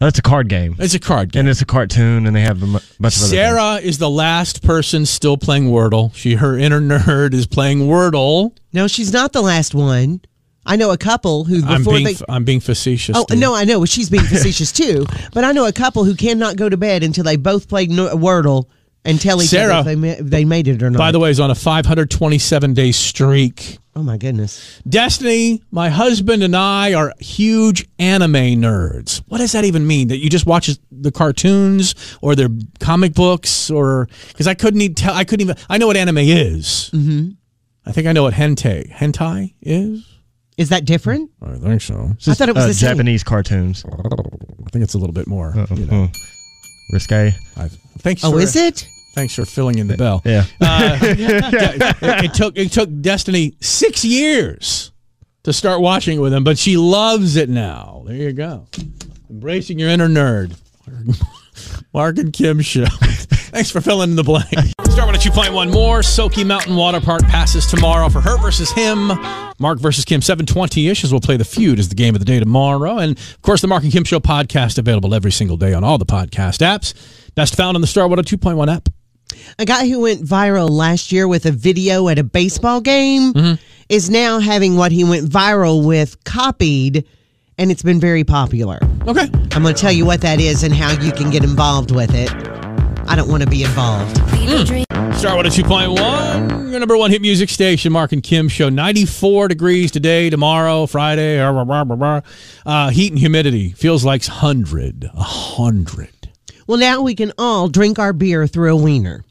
That's a card game. It's a card game. and it's a cartoon, and they have a mu- bunch of other things. Sarah is the last person still playing Wordle. She, her inner nerd, is playing Wordle. No, she's not the last one. I know a couple who before I'm being, they. f- I'm being facetious. Oh dude. no, I know she's [LAUGHS] being facetious too. But I know a couple who cannot go to bed until they both play no- Wordle and tell each Sarah. other if they, ma- if they made it or not. By the way, is on a 527 day streak. oh my goodness, Destiny, my husband and I are huge anime nerds. What does that even mean? That you just watch the cartoons or their comic books, or because I couldn't even tell. I couldn't even. I know what anime is. Mm-hmm. I think I know what hentai hentai is. is that different? I think so. It's just, I thought it was uh, the same. Japanese cartoons. I think it's a little bit more. You know, Mm. Risque. i thanks. Oh, for, is it? Thanks for filling in the bell. Yeah. [LAUGHS] it, it took it took Destiny six years to start watching it with him, but she loves it now. There you go, embracing your inner nerd. [LAUGHS] Mark and Kim show. [LAUGHS] Thanks for filling in the blank. Start with a two point one more. Soaky Mountain Water Park passes tomorrow for her versus him. Mark versus Kim, seven twenty ish. As we'll play the feud is the game of the day tomorrow, and of course the Mark and Kim Show podcast available every single day on all the podcast apps. Best found on the Starwater two point one app. A guy who went viral last year with a video at a baseball game Mm-hmm. is now having what he went viral with copied, and it's been very popular. Okay. I'm going to tell you what that is and how you can get involved with it. I don't want to be involved. Start with a 2.1. Your number oh one hit music station, Mark and Kim show. 94 degrees today, tomorrow, Friday. rah, rah, rah, rah, rah. Uh, heat and humidity feels like 100. 100. Well, now we can all drink our beer through a wiener.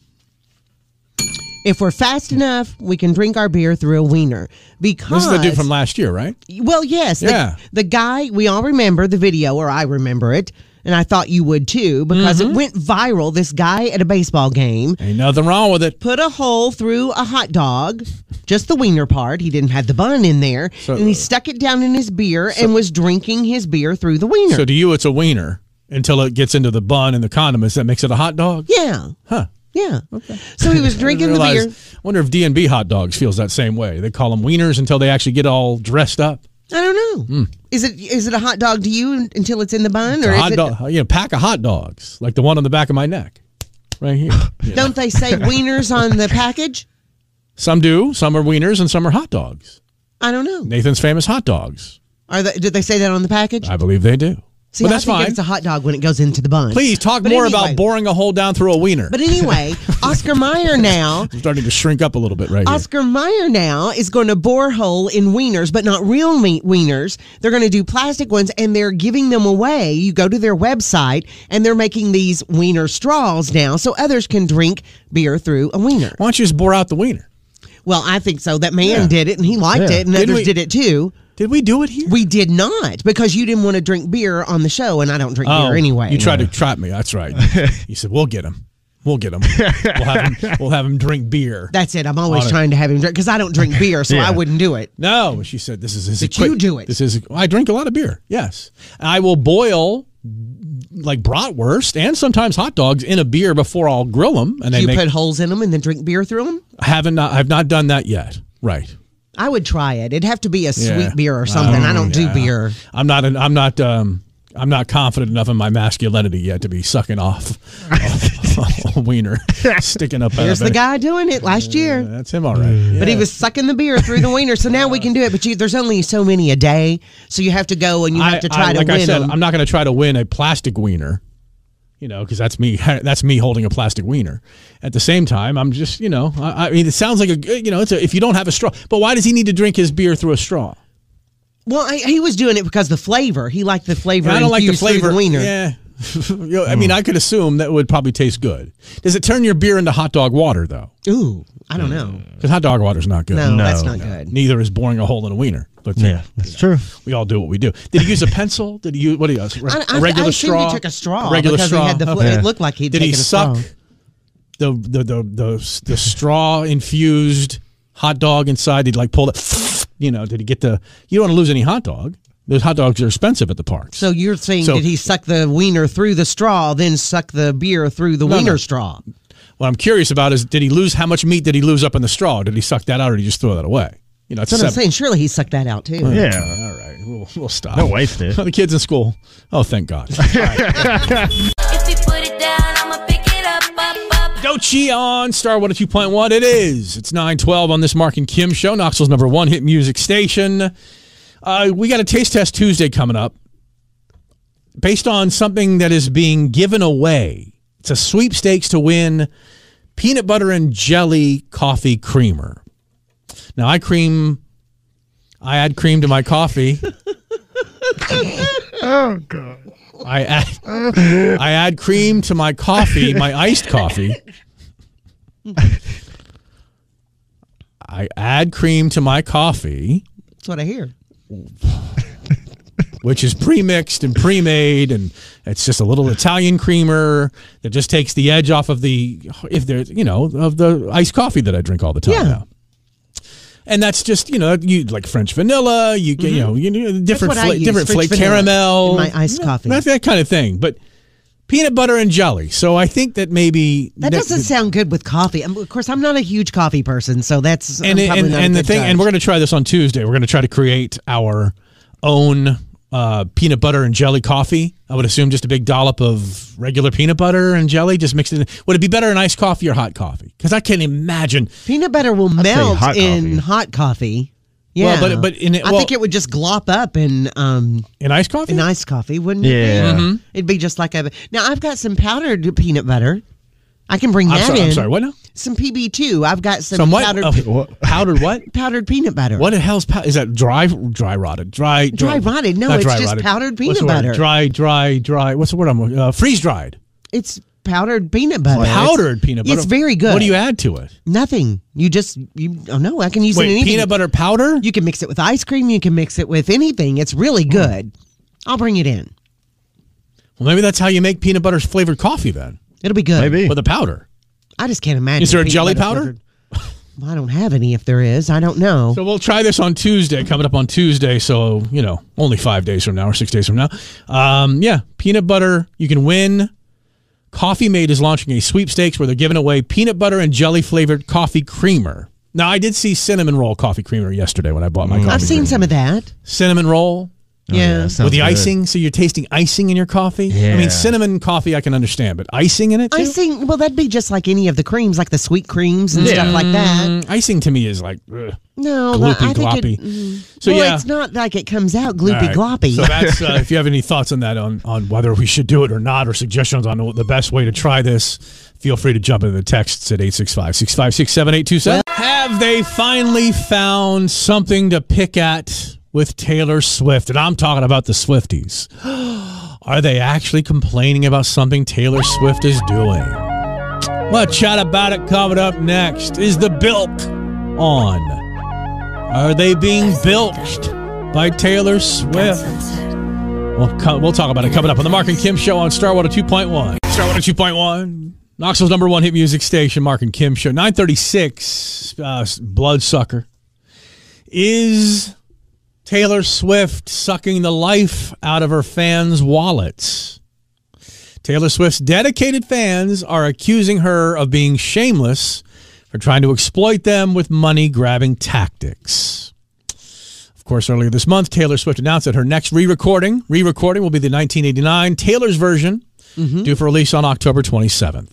If we're fast enough, we can drink our beer through a wiener. This Because is the dude from last year, right? well, yes, the, Yeah. the guy we all remember the video, or I remember it, and I thought you would too because Mm-hmm. it went viral. This guy at a baseball game Ain't nothing wrong with it. put a hole through a hot dog, just the wiener part. He didn't have the bun in there, and he stuck it down in his beer and was drinking his beer through the wiener. So to you, it's a wiener until it gets into the bun and the condiments. That makes it a hot dog? yeah, Huh. yeah. So [LAUGHS] he was drinking the beer. Realize, wonder if D&B hot dogs feels that same way. They call them wieners until they actually get all dressed up. I don't know. Is it is it a hot dog to you un- until it's in the bun, Hmm. A or is hot it, dog, you know, pack of hot dogs, like the one on the back of my neck. Right here. [LAUGHS] You know. don't [LAUGHS] they say wieners on the package? Some do. Some are wieners and some are hot dogs. I don't know. Nathan's famous hot dogs. Are they, did they say that on the package? I believe they do. See, but that's I think fine. It's a hot dog when it goes into the bun. Please talk But more anyway- about boring a hole down through a wiener. [LAUGHS] But anyway, Oscar Mayer now. I'm starting to shrink up a little bit right Oscar Mayer now is going to bore hole in wieners, but not real meat wieners. They're going to do plastic ones and they're giving them away. You go to their website and they're making these wiener straws now so others can drink beer through a wiener. here. Why don't you just bore out the wiener? Well, I think so. That man Yeah. did it, and he liked Yeah. it, and Didn't others we- did it too. Did we do it here? We did not because you didn't want to drink beer on the show, and I don't drink beer anyway. Oh, You tried to trap me. That's [LAUGHS] right. you said, we'll get him. We'll get him. We'll have him, [LAUGHS] we'll have him drink beer. That's it. I'm always On it. trying to have him drink because I don't drink beer, so I wouldn't do it. No, she said, this is his But you do it. This is I drink a lot of beer. Yes. I will boil like bratwurst and sometimes hot dogs in a beer before I'll grill them and they you make put holes in them and then drink beer through them. haven't not, I've not done that yet. Right. I would try it. It'd have to be a Yeah. Oh, sweet beer or something. I don't do beer. I'm not an, I'm not um I'm not confident enough in my masculinity yet to be sucking off [LAUGHS] a, a wiener sticking up out There's of the it. guy doing it last year, That's him all right. but he Yeah. was sucking the beer through the wiener. So now we can do it. But you, there's only so many a day, so you have to go and you have to try to like win I said, 'em. I'm not going to try to win a plastic wiener, you know, because that's me. [LAUGHS] That's me holding a plastic wiener. At the same time, I'm just, you know, I, I mean, it sounds like a, good- you know, it's a, if you don't have a straw, but why does he need to drink his beer through a straw? Well, I, he was doing it because the flavor. He liked the flavor. I don't like the infused through flavor. wiener. Yeah. [LAUGHS] You know, I mean, I could assume that would probably taste good. Does it turn your beer into hot dog water though? Ooh, I don't know. Because hot dog water's not good. No, that's No, not good. Neither is boring a hole in a wiener. But Yeah, that's true. we all do what we do. Did he use a pencil? Did he use what do you use? I, I, A regular I assume straw. He took a straw. A regular because straw. He had the fl- Okay. It looked like he'd Did he taken a suck straw. the the the the, the straw infused hot dog inside? Did he like pull it? You know, did he get the? You don't want to lose any hot dog. Those hot dogs are expensive at the parks. So you're saying So- did he suck the wiener through the straw, then suck the beer through the no. wiener straw? what I'm curious about is, did he lose? How much meat did he lose up in the straw? Did he suck that out, or did he just throw that away? You know, it's That's what I'm seven- saying. Surely he sucked that out too. Yeah. All right, we'll, we'll stop. No wife did. [LAUGHS] the kids in school. Oh, thank God. [LAUGHS] If you put it down, I'ma pick it up, up, up. Dochi on Star 102.1. It is. It's 912 on this Mark and Kim show, Knoxville's number one hit music station. Uh, we got a taste test Tuesday coming up based on something that is being given away. It's a sweepstakes to win peanut butter and jelly coffee creamer. Now, I cream, I add cream to my coffee. oh, God. I add, I add cream to my coffee, my iced coffee. I add cream to my coffee, That's what I hear. which is pre-mixed and pre-made, and it's just a little Italian creamer that just takes the edge off of the if there's you know of the iced coffee that I drink all the time. Yeah. now. And that's just you know you like French vanilla, you get you know you know, different Mm-hmm. what I fla- use, different French flake vanilla caramel, in my iced Yeah, coffee. that, that kind of thing. But peanut butter and jelly. So I think that maybe That ne- doesn't sound good with coffee. Um, of course, I'm not a huge coffee person, so that's and i and, and, the thing and we're going to try this on Tuesday. We're going to try to create our own uh, peanut butter and jelly coffee. I would assume just a big dollop of regular peanut butter and jelly, just mixed in. Would it be better in iced coffee or hot coffee? Because I can't imagine. peanut butter will melt hot in coffee. hot coffee. Yeah, Well, but- but in it- I well- think it would just glop up in um In iced coffee? in iced coffee, wouldn't it? Yeah. be? it'd be just like a. Now I've got some powdered peanut butter. I can bring I'm that sorry, in. I'm sorry, what now? Some PB two. I've got some, Some what? powdered Oh, pe- what? Powdered what? powdered peanut butter. What the hell's pow- is that? Dry, dry rotted, dry, Dry rotted. No, not it's dry just rotted. powdered What's the word? peanut butter. Dry, dry, dry. What's the word? I'm uh, freeze dried. It's powdered peanut butter. Powdered peanut butter. It's very good. What do you add to it? Nothing. You just you. Oh no, I can use it in Wait, anything. peanut butter powder? You can mix it with ice cream. You can mix it with anything. It's really Oh. good. I'll bring it in. Well, maybe that's how you make peanut butter flavored coffee then It'll be good. Maybe. with a powder. I just can't imagine. Is there a peanut jelly butter powder? flavored- Well, I don't have any. If there is, I don't know. So we'll try this on Tuesday, coming up on Tuesday. So, you know, only five days from now or six days from now. Um, yeah, peanut butter, you can win. Coffee Mate is launching a sweepstakes where they're giving away peanut butter and jelly flavored coffee creamer. Now, I did see cinnamon roll coffee creamer yesterday when I bought my coffee. Mm. I've seen creamer. some of that. cinnamon roll yeah. that sounds with the good. icing. So you're tasting icing in your coffee. I Yeah. mean, cinnamon coffee, I can understand, but icing in it? Too? Icing. Well, that'd be just like any of the creams, like the sweet creams and stuff like that. Icing to me is like. ugh. No, Mm. Gloopy I think gloppy. It, mm. So, well, yeah. it's not like it comes out gloopy All right. gloppy. So that's uh, if you have any thoughts on that, on on whether we should do it or not, or suggestions on the best way to try this, feel free to jump into the texts at 865-656-7827. Have they finally found something to pick at with Taylor Swift? And I'm talking about the Swifties. [GASPS] Are they actually complaining about something Taylor Swift is doing? Well, chat about it coming up next. Is the bilk on? Are they being bilked by Taylor Swift? We'll, co- we'll talk about it coming up on the Mark and Kim Show on Starwater 2.1. Starwater 2.1, Knoxville's number one hit music station, Mark and Kim Show. 936, uh, Bloodsucker. Is Taylor Swift sucking the life out of her fans' wallets? Taylor Swift's dedicated fans are accusing her of being shameless for trying to exploit them with money grabbing tactics. Of course, earlier this month, Taylor Swift announced that her next re-recording, re-recording will be the 1989 Taylor's version, due for release on October 27th.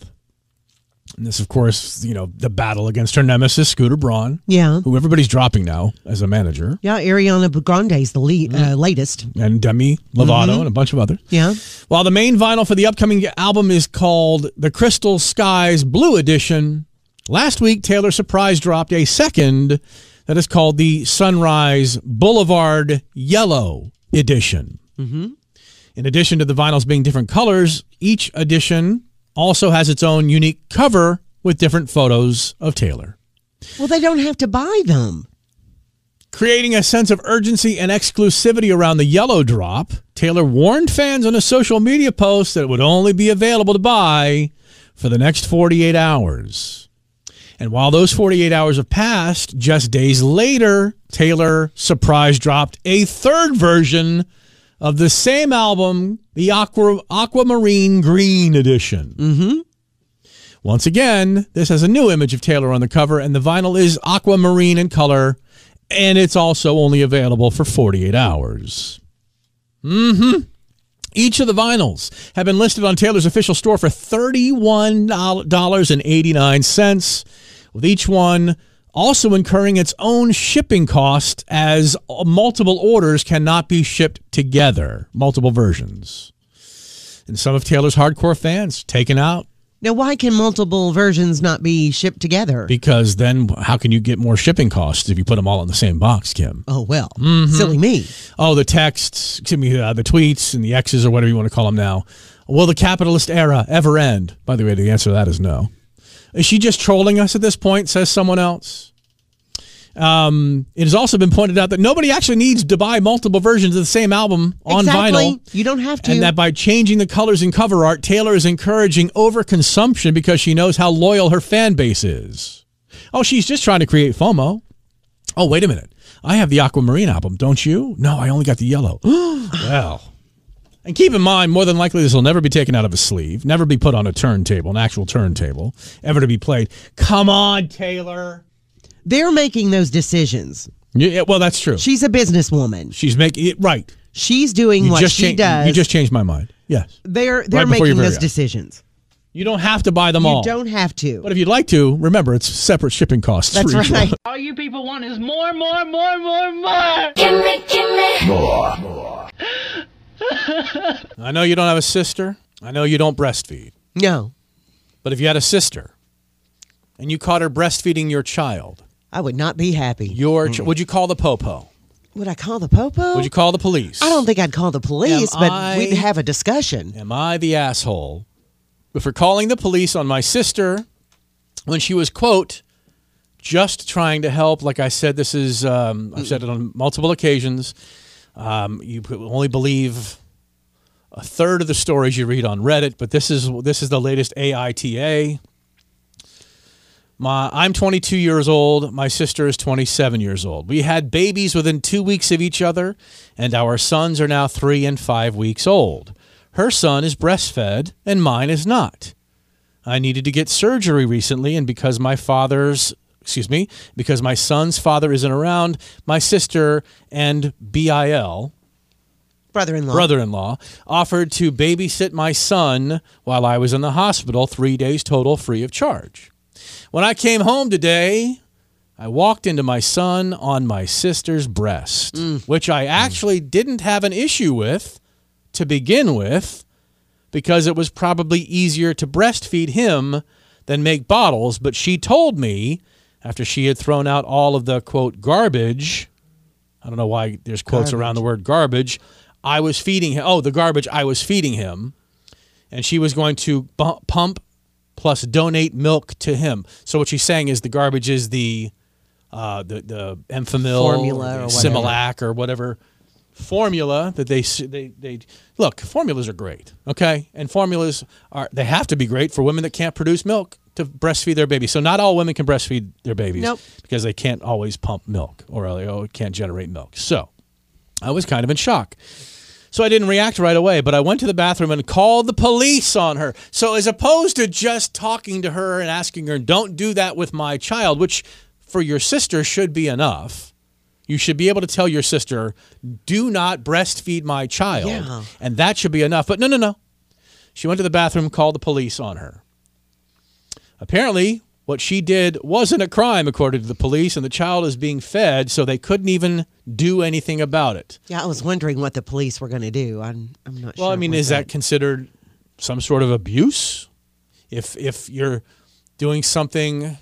And this, of course, you know, the battle against her nemesis, Scooter Braun, yeah. who everybody's dropping now as a manager, Yeah. Ariana Grande's the le- uh, latest. and Demi Lovato and a bunch of others. Yeah. While the main vinyl for the upcoming album is called The Crystal Skies Blue Edition, last week Taylor Surprise dropped a second that is called the Sunrise Boulevard Yellow Edition. In addition to the vinyls being different colors, each edition also has its own unique cover with different photos of Taylor Well, they don't have to buy them. creating a sense of urgency and exclusivity around the yellow drop, Taylor warned fans on a social media post that it would only be available to buy for the next 48 hours. And while those 48 hours have passed, just days later, Taylor surprise dropped a third version of the same album, the Aqua, Aquamarine Green Edition. Once again, this has a new image of Taylor on the cover, and the vinyl is aquamarine in color and it's also only available for 48 hours. hmm Each of the vinyls have been listed on Taylor's official store for $31.89, with each one also incurring its own shipping cost as multiple orders cannot be shipped together, multiple versions. And some of Taylor's hardcore fans taken out Now, why can multiple versions not be shipped together? because then how can you get more shipping costs if you put them all in the same box, Kim? oh, well, Mm-hmm. silly me. oh, the texts, excuse me, uh, the tweets and the X's or whatever you want to call them now. Will the capitalist era ever end? By the way, the answer to that is no. Is she just trolling us at this point? Says someone else. Um, it has also been pointed out that nobody actually needs to buy multiple versions of the same album on exactly. vinyl. You don't have to. And that by changing the colors and cover art, Taylor is encouraging overconsumption because she knows how loyal her fan base is. Oh, she's just trying to create FOMO. Oh, wait a minute. I have the Aquamarine album, don't you? No, I only got the yellow. [GASPS] well. And keep in mind, more than likely, this will never be taken out of a sleeve, never be put on a turntable, an actual turntable, ever to be played. Come on, Taylor. They're making those decisions. Yeah, yeah, well, that's true. She's a businesswoman. She's making it right. She's doing what she changed, does. You just changed my mind. Yes. they're Right before they're making your very those eyes. decisions. You don't have to buy them all. You don't have to. But if you'd like to, remember it's separate shipping costs. That's for each right. [LAUGHS] one. All you people want is more, more, more, more, more. Gimme, gimme. I know you don't have a sister. I know you don't breastfeed. No, But if you had a sister and you caught her breastfeeding your child, I would not be happy. your ch- would you call the popo? would I call the popo? Would you call the police? I don't think I'd call the police, Am but I- we'd have a discussion. Am I the asshole for calling the police on my sister when she was quote just trying to help? Like I said, this is um, I've said it on multiple occasions. Um, you p- only believe a third of the stories you read on Reddit, but this is this is the latest AITA. My, I'm 22 years old. My sister is 27 years old. We had babies within two weeks of each other, and our sons are now three and five weeks old. Her son is breastfed, and mine is not. I needed to get surgery recently, and because my father's, excuse me, because my son's father isn't around, my sister and BIL, Brother-in-law. brother in law, offered to babysit my son while I was in the hospital, three days total, free of charge. When I came home today, I walked into my son on my sister's breast, which I actually didn't have an issue with to begin with because it was probably easier to breastfeed him than make bottles. But she told me after she had thrown out all of the quote garbage. I don't know why there's quotes around the word garbage. I was feeding him. Oh, the garbage I was feeding him. And she was going to bu- pump plus donate milk to him. So what she's saying is the garbage is the uh, the the Enfamil Formula or the or whatever. Similac or whatever formula that they s- they they look formulas are great okay and formulas are they have to be great for women that can't produce milk to breastfeed their babies so not all women can breastfeed their babies Nope. because they can't always pump milk or they oh, can't generate milk so i was kind of in shock so i didn't react right away but i went to the bathroom and called the police on her so as opposed to just talking to her and asking her don't do that with my child which for your sister should be enough you should be able to tell your sister, do not breastfeed my child. Yeah. And that should be enough. But no, no, no. She went to the bathroom, called the police on her. Apparently, what she did wasn't a crime, according to the police, and the child is being fed, so they couldn't even do anything about it. Yeah, I was wondering what the police were going to do. I'm, I'm not sure. Well, I mean, what is that considered some sort of abuse? If if you're doing something,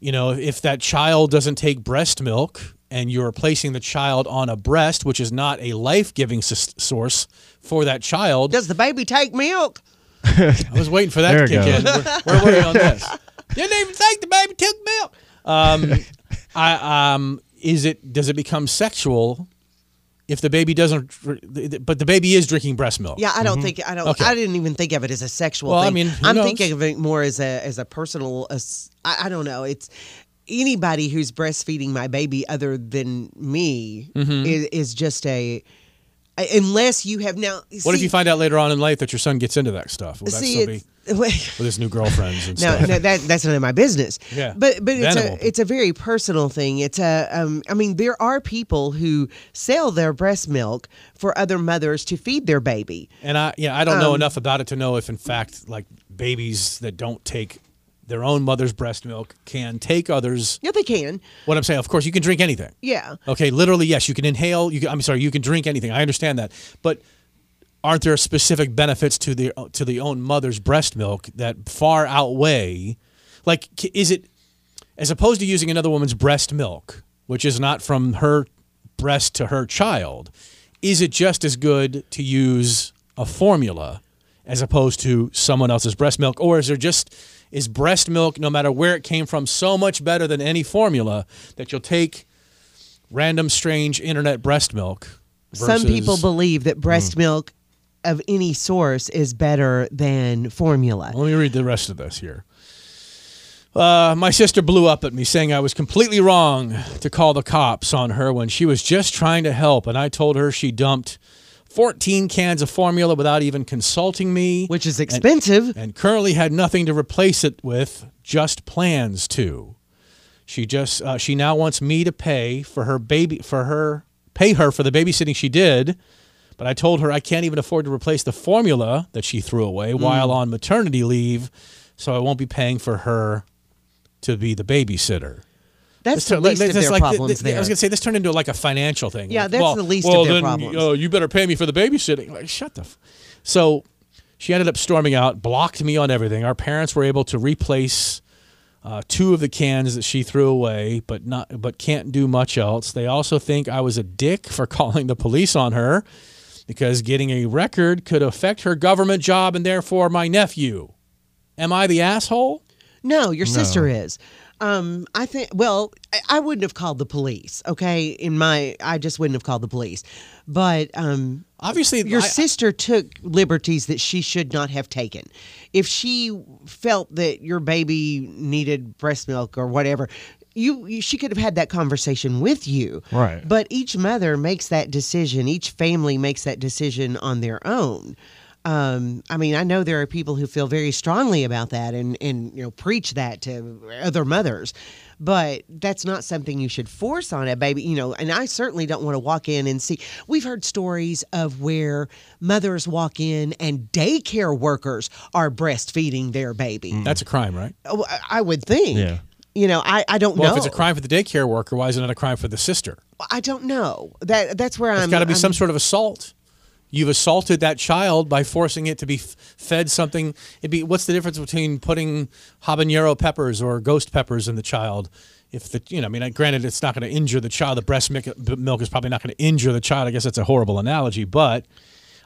you know, if that child doesn't take breast milk and you're replacing the child on a breast, which is not a life-giving s- source for that child, Does the baby take milk? I was waiting for that There to it kick in. We're, we're working on this. Didn't even think the baby took milk. Um, I, um, is it? Does it become sexual if the baby doesn't? dr- But the baby is drinking breast milk. Yeah, I don't think I don't. Mm-hmm. Okay. I didn't even think of it as a sexual. Well, I thing. mean, who I'm knows? thinking of it more as a as a personal. As, I, I don't know. It's anybody who's breastfeeding my baby other than me Mm-hmm. is, is just a. Unless you have now. What if see- you find out later on in life that your son gets into that stuff? Will that See, still it's, be? with his new girlfriends and [LAUGHS] [LAUGHS] No, stuff. no, that that's none of my business. Yeah. But but it's Venable. a it's a very personal thing. It's a um I mean there are people who sell their breast milk for other mothers to feed their baby. And I yeah, I don't um, know enough about it to know if in fact like babies that don't take their own mother's breast milk can take others. Yeah, they can. What I'm saying, of course, you can drink anything. Yeah. Okay, literally, yes, you can inhale. You can, I'm sorry, you can drink anything. I understand that, but aren't there specific benefits to the to the own mother's breast milk that far outweigh? Like, c- is it as opposed to using another woman's breast milk, which is not from her breast to her child? Is it just as good to use a formula as opposed to someone else's breast milk, or is there just is breast milk, no matter where it came from, so much better than any formula that you'll take random strange internet breast milk. Some people versus- Mm. believe that breast milk of any source is better than formula. Let me read the rest of this here. Uh, my sister blew up at me saying I was completely wrong to call the cops on her when she was just trying to help, and I told her she dumped 14 cans of formula without even consulting me, Which is expensive. and currently had nothing to replace it with, just plans to. She just uh, she now wants me to pay for her baby for her pay her for the babysitting she did, but I told her I can't even afford to replace the formula that she threw away while on maternity leave, so I won't be paying for her to be the babysitter. that's [LAUGHS] the least of This- their like, th- problems th- there. I was gonna say this turned into like a financial thing. Yeah, Like, that's well- the least of well, their then, problems. Oh, you better pay me for the babysitting. Like, shut the. F-. So, she ended up storming out, blocked me on everything. Our parents were able to replace uh, two of the cans that she threw away, but not, but can't do much else. They also think I was a dick for [LAUGHS] calling the police on her because getting a record could affect her government job and therefore my nephew. Am I the asshole? No, your sister is. Um, I think. Well, I, I wouldn't have called the police. Okay, in my, I just wouldn't have called the police. But um, Obviously, your I- sister took liberties that she should not have taken. If she felt that your baby needed breast milk or whatever, you, you she could have had that conversation with you. Right. But each mother makes that decision. Each family makes that decision on their own. Um, I mean, I know there are people who feel very strongly about that and and you know preach that to other mothers, but that's not something you should force on a baby. You know, and I certainly don't want to walk in and see. We've heard stories of where mothers walk in and daycare workers are breastfeeding their baby. that's a crime, right? Oh, I- I would think. Yeah. You know, I, I don't Well, know. if it's a crime for the daycare worker, why is it not a crime for the sister? I don't know. That that's where I'm. It's got to be I'm- some sort of assault. You've assaulted that child by forcing it to be f- fed something. It'd be what's the difference between putting habanero peppers or ghost peppers in the child? If the you know, I mean, granted, it's not going to injure the child. The breast milk, b- milk is probably not going to injure the child. I guess that's a horrible analogy, but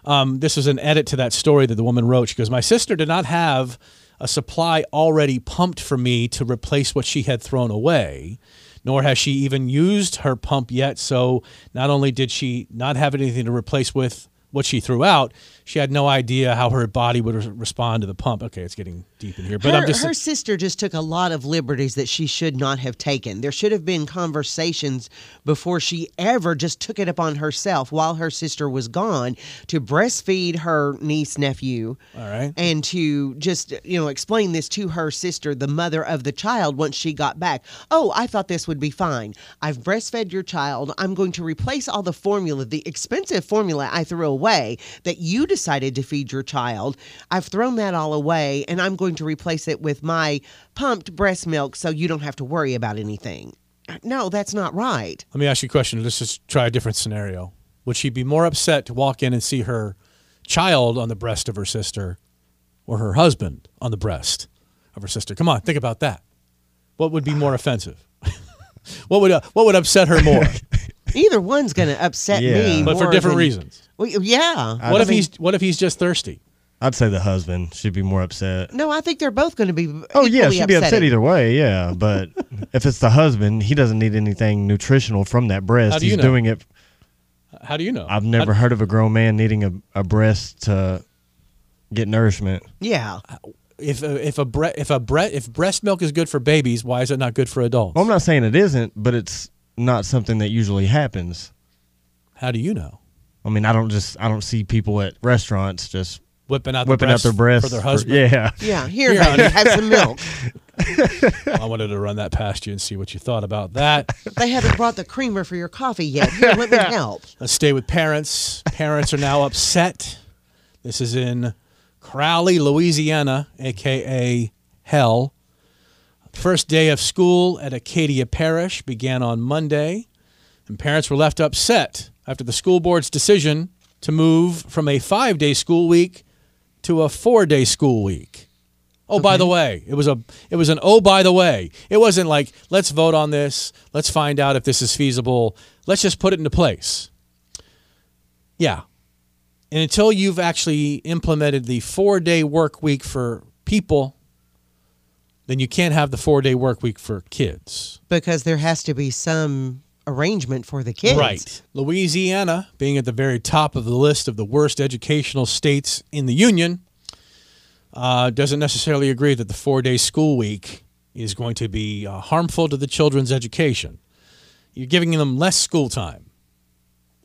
um, this is an edit to that story that the woman wrote. She goes, "My sister did not have a supply already pumped for me to replace what she had thrown away, nor has she even used her pump yet. So not only did she not have anything to replace with what she threw out, she had no idea how her body would re- respond to the pump. Okay, it's getting deep in here, but her, I'm just her sister just took a lot of liberties that she should not have taken. There should have been conversations before she ever just took it upon herself while her sister was gone to breastfeed her niece nephew. all right. and to just you know explain this to her sister the mother of the child once she got back oh i thought this would be fine i've breastfed your child i'm going to replace all the formula the expensive formula i threw away that you decided to feed your child i've thrown that all away and i'm going to replace it with my pumped breast milk so you don't have to worry about anything no that's not right Let me ask you a question. Let's just try a different scenario. Would she be more upset to walk in and see her child on the breast of her sister or her husband on the breast of her sister? Come on, think about that. What would be more offensive? [LAUGHS] what would uh, what would upset her [LAUGHS] more? neither one's going to upset me Yeah. but for more different than- reasons. Well, yeah what I if mean- he's what if he's just thirsty? I'd say the husband should be more upset. no, I think they're both going to be. Oh yeah, equally she'd be upset upsetting. either way. Yeah, but if it's the husband, he doesn't need anything nutritional from that breast. How do you He's know? doing it. How do you know? I've never How- heard of a grown man needing a, a breast to get nourishment. Yeah. if a, if a bre- if a bre- if breast milk is good for babies, why is it not good for adults? Well, I'm not saying it isn't, but it's not something that usually happens. How do you know? I mean, I don't just I don't see people at restaurants just whipping out whipping the out their breasts for their husband. Yeah. Yeah, here, Here, honey, have [LAUGHS] some milk. I wanted to run that past you and see what you thought about [LAUGHS] that. They haven't brought the creamer for your coffee yet. Here, [LAUGHS] let me help. Let's stay with parents. Parents are now upset. This is in Crowley, Louisiana, aka Hell. First day of school at Acadia Parish began on Monday, and parents were left upset after the school board's decision to move from a five day school week to a four day school week. Oh, by the way, it was a it was an oh by the way. It wasn't like let's vote on this, let's find out if this is feasible, let's just put it into place. Yeah. And until you've actually implemented the 4-day work week for people, then you can't have the 4-day work week for kids. Because there has to be some arrangement for the kids. Right. Louisiana, being at the very top of the list of the worst educational states in the union, uh, doesn't necessarily agree that the four day school week is going to be uh, harmful to the children's education. You're giving them less school time.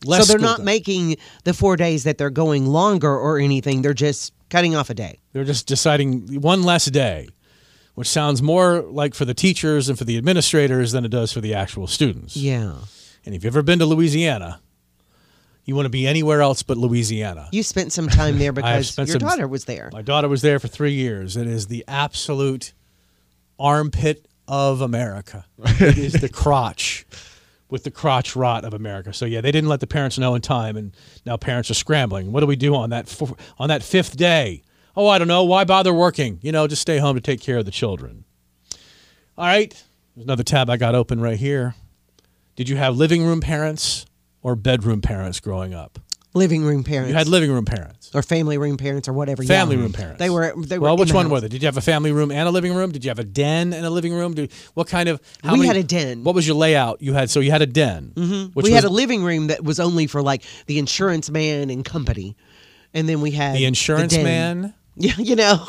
Less so they're school not time. making the four days that they're going longer or anything. They're just cutting off a day. They're just deciding one less day, which sounds more like for the teachers and for the administrators than it does for the actual students. Yeah. And if you've ever been to Louisiana, you want to be anywhere else but Louisiana. You spent some [LAUGHS] time there I have because your spent some- daughter was there. My daughter was there for three years. It is the absolute armpit of America. It is the crotch with the crotch rot of America. So yeah, they didn't let the parents know in time, and now parents are scrambling. What do we do on that four, on that fifth day? Oh, I don't know. Why bother working? You know, just stay home to take care of the children. All right. There's another tab I got open right here. Did you have living room parents or bedroom parents growing up? Living room parents. You had living room parents. or family room parents or whatever. yeah. Family room parents. They were. They were well, which in the one house. were they? Did you have a family room and a living room? Did you have a den and a living room? Did, what kind of? How We many- had a den. What was your layout? You had so you had a den. Mm-hmm. Which we was had a living room that was only for like the insurance man and company, and then we had the insurance den. man. [LAUGHS] Yeah, you know.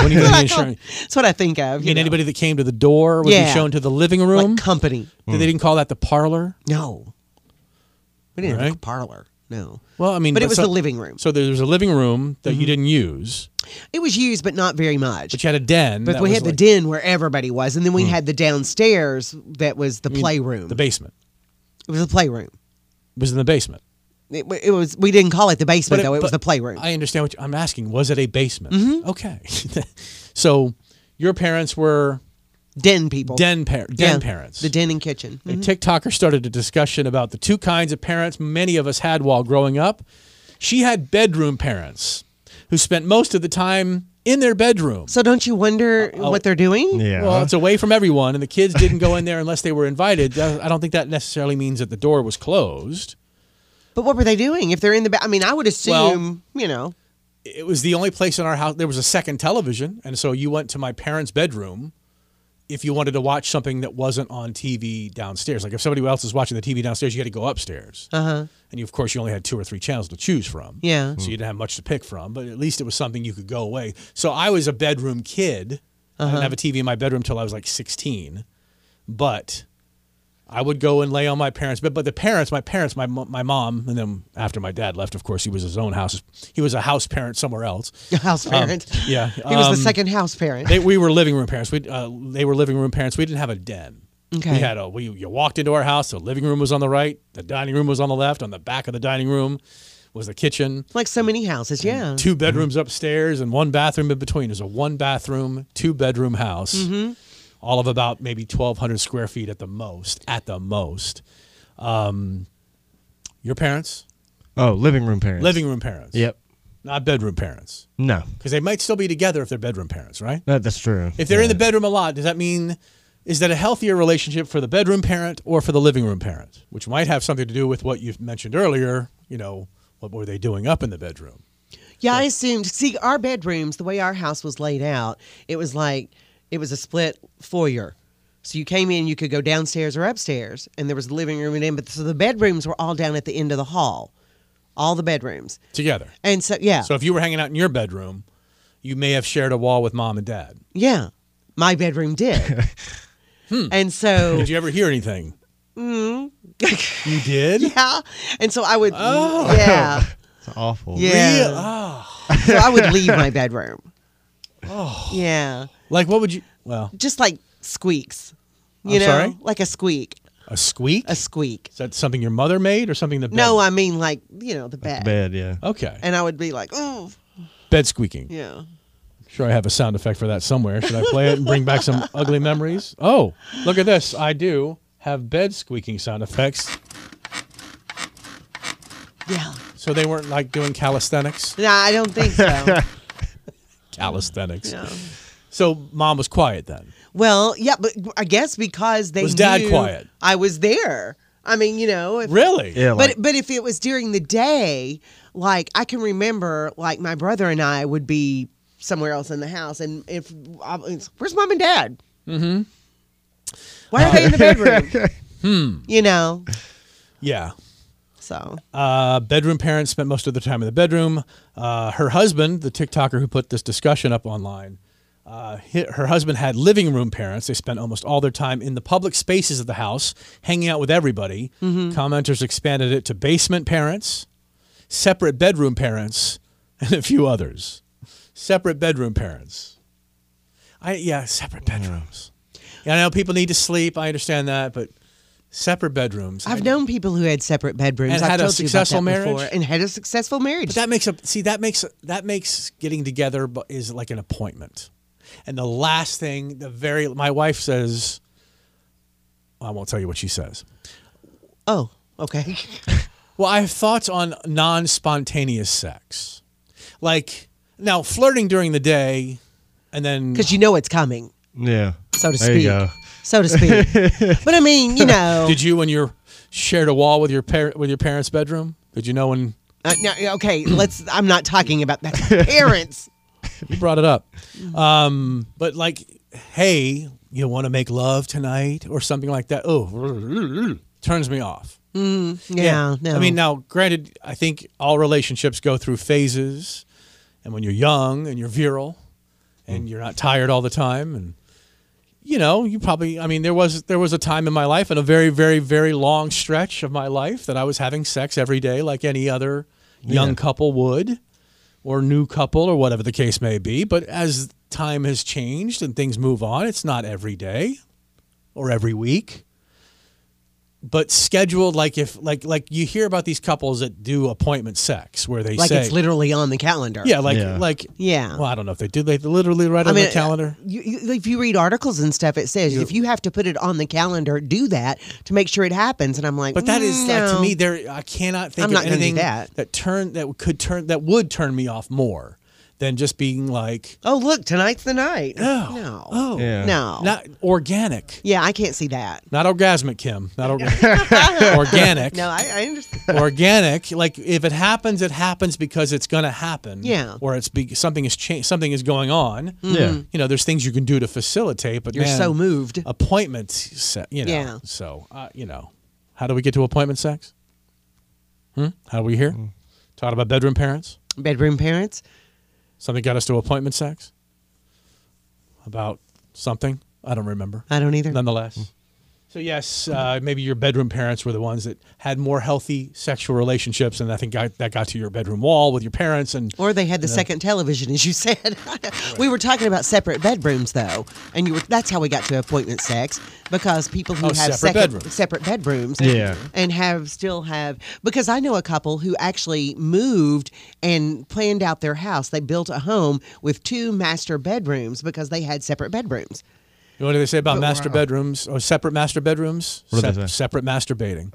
When you go to the [LAUGHS] That's what I call- insurance, oh, That's what I think of. I You mean know. anybody that came to the door would be Yeah. shown to the living like room. company? They didn't call that the parlor. No, we didn't have a Right. parlor. No, Well, I mean, but it was so- the living room. Mm-hmm. So there was a living room that you didn't use, It was used, but not very much. but you had a den. But that we was had the like Hmm. den where everybody was, and then we had the downstairs that was the playroom. The basement it was the playroom. it was in the basement. It, w- it was. We didn't call it the basement it- though. It was but the playroom. I understand what you, I'm asking. Was it a basement? Mm-hmm. Okay. [LAUGHS] so your parents were den people. den, par- den parents. The den mm-hmm. and kitchen. A TikToker started a discussion about the two kinds of parents many of us had while growing up. She had bedroom parents who spent most of the time in their bedroom. So don't you wonder what they're doing? [LAUGHS] Yeah. Well, it's away from everyone, and the kids didn't go in there unless they were invited. I don't think that necessarily means that the door was closed. But what were they doing? If they're in the ba- I mean, I would assume, you know, [LAUGHS] it was the only place in our house there was a second television and so you went to my parents bedroom if you wanted to watch something that wasn't on tv downstairs like if somebody else is watching the tv downstairs you had to go upstairs uh-huh. and you of course you only had two or three channels to choose from Yeah. so you didn't have much to pick from but at least it was something you could go away so i was a bedroom kid i didn't have a tv in my bedroom till i was like 16 but I would go and lay on my parents' bed. But the parents, my parents, my mo- my mom, and then after my dad left, of course, he was his own house. He was a house parent somewhere else. [LAUGHS] house parent. um, yeah, he was um, the second house parent. They, we were living room parents. We uh, they were living room parents. We didn't have a den. Okay. We had a we you walked into our house. The living room was on the right. The dining room was on the left. On the back of the dining room was the kitchen. like so many houses, yeah. Two Mm-hmm. bedrooms upstairs and one bathroom in between. There's a one bathroom, two bedroom house. Mm-hmm. All of about maybe 1,200 square feet at the most. At the most. Um, your parents? Oh, living room parents. Living room parents. Yep. Not bedroom parents. No, Because they might still be together if they're bedroom parents, right? that, that's true. If they're in the Yeah. bedroom a lot, does that mean is that a healthier relationship for the bedroom parent or for the living room parent? Which might have something to do with what you've mentioned earlier. You know, what were they doing up in the bedroom? Yeah, I assumed. See, our bedrooms, the way our house was laid out, it was like it was a split foyer. So you came in, you could go downstairs or upstairs, and there was the living room and in. But so the bedrooms were all down at the end of the hall, all the bedrooms. Together. And so yeah, So if you were hanging out in your bedroom, you may have shared a wall with mom and dad. yeah, my bedroom did. [LAUGHS] Hmm. And so Did you ever hear anything? [LAUGHS] Mm. you did? Oh. yeah, and so I would yeah [LAUGHS] It's awful. yeah. Ah, So I would leave my bedroom. Oh. Yeah. Like, what would you? Well, Just like squeaks. You I'm know? sorry? Like a squeak. a squeak. A squeak. Is that something your mother made or something the bed? No, I mean like, you know, the bed. Bad, yeah. okay. And I would be like, ooh. bed squeaking. Yeah. Sure, I have a sound effect for that somewhere. Should I play it and bring back some ugly memories? Oh, look at this. I do have bed squeaking sound effects, Yeah. so they weren't like doing calisthenics. No, I don't [LAUGHS] think so. Calisthenics. No. So mom was quiet then. Well, yeah, but I guess because they Was Dad knew quiet? I was there. I mean, you know, if, Really? Yeah, like, but but if it was during the day, like I can remember, like my brother and I would be somewhere else in the house, and if I was, where's mom and dad? Mm-hmm. Why are they in [LAUGHS] the bedroom? hmm. You know, Yeah. so Uh, bedroom parents spent most of their time in the bedroom. Uh, her husband, the TikToker who put this discussion up online, uh, hi her husband had living room parents. They spent almost all their time in the public spaces of the house, hanging out with everybody. Commenters expanded it to basement parents, separate bedroom parents, and a few others. Separate bedroom parents. I yeah, separate bedrooms. Yeah, I know people need to sleep. I understand that, but separate bedrooms. I I've known people who had separate bedrooms And I've had a told you about successful that before, marriage? and had a successful marriage. But that makes a see that makes that makes getting together bu- is like an appointment. And the last thing, the very my wife says, I won't tell you what she says. oh, okay. [LAUGHS] Well, I have thoughts on non-spontaneous sex, like now flirting during the day, and then Because you know it's coming, yeah. so to There you speak. go. So [LAUGHS] to speak. but I mean, you know. did you when you shared a wall with your par- with your parents' bedroom? Did you know when Uh, no, okay, let's. I'm not talking [LAUGHS] about that. Parents. you brought it up? Um, but like, hey, you want to make love tonight or something like that? Oh, turns me off. Yeah, no. I mean, now, granted, I think all relationships go through phases, and when you're young and you're virile, and you're not tired all the time, and you know, you probably, I mean, there was there was a time in my life, and a very, very, very long stretch of my life that I was having sex every day, like any other young couple would, or new couple, or whatever the case may be. But as time has changed and things move on, it's not every day or every week but scheduled like if like like you hear about these couples that do appointment sex where they like say it's literally on the calendar. yeah like Yeah. like Yeah. well I don't know if they do they literally write I on mean, uh, the calendar You, you, if you read articles and stuff, it says if you have to put it on the calendar, do that to make sure it happens. And I'm like, but that is mm, like to no. me there I cannot think I'm of not gonna do anything that. that turn that could turn that would turn me off more than just being like Oh, look, tonight's the night. oh no, oh Yeah. no, not organic yeah, I can't [LAUGHS] see that. [LAUGHS] not orgasmic Kim not orga- organic No, I, I understand. organic like if it happens it happens because it's going to happen Yeah. Mm. or it's be- something is cha- something is going on Yeah. you know there's things you can do to facilitate but You're man, so moved. appointment se- you know Yeah. so uh, you know how do we get to appointment sex hmm? how are we here talking about bedroom parents Bedroom parents. something got us to appointment sex about something i don't remember I don't Mm. either. nonetheless. So yes, uh, maybe your bedroom parents were the ones that had more healthy sexual relationships, and I think got, that got to your bedroom wall with your parents. And Or they had the second television, as you [LAUGHS] said. we were talking about separate bedrooms, though, and you were—that's how we got to appointment sex because people who Oh, have separate second, bedrooms. separate bedrooms, Yeah. and have still have because I know a couple who actually moved and planned out their house. They built a home with two master bedrooms because they had separate bedrooms. what do they say about master bedrooms or separate master bedrooms? oh, What did Sep- they say? Separate [LAUGHS] masturbating.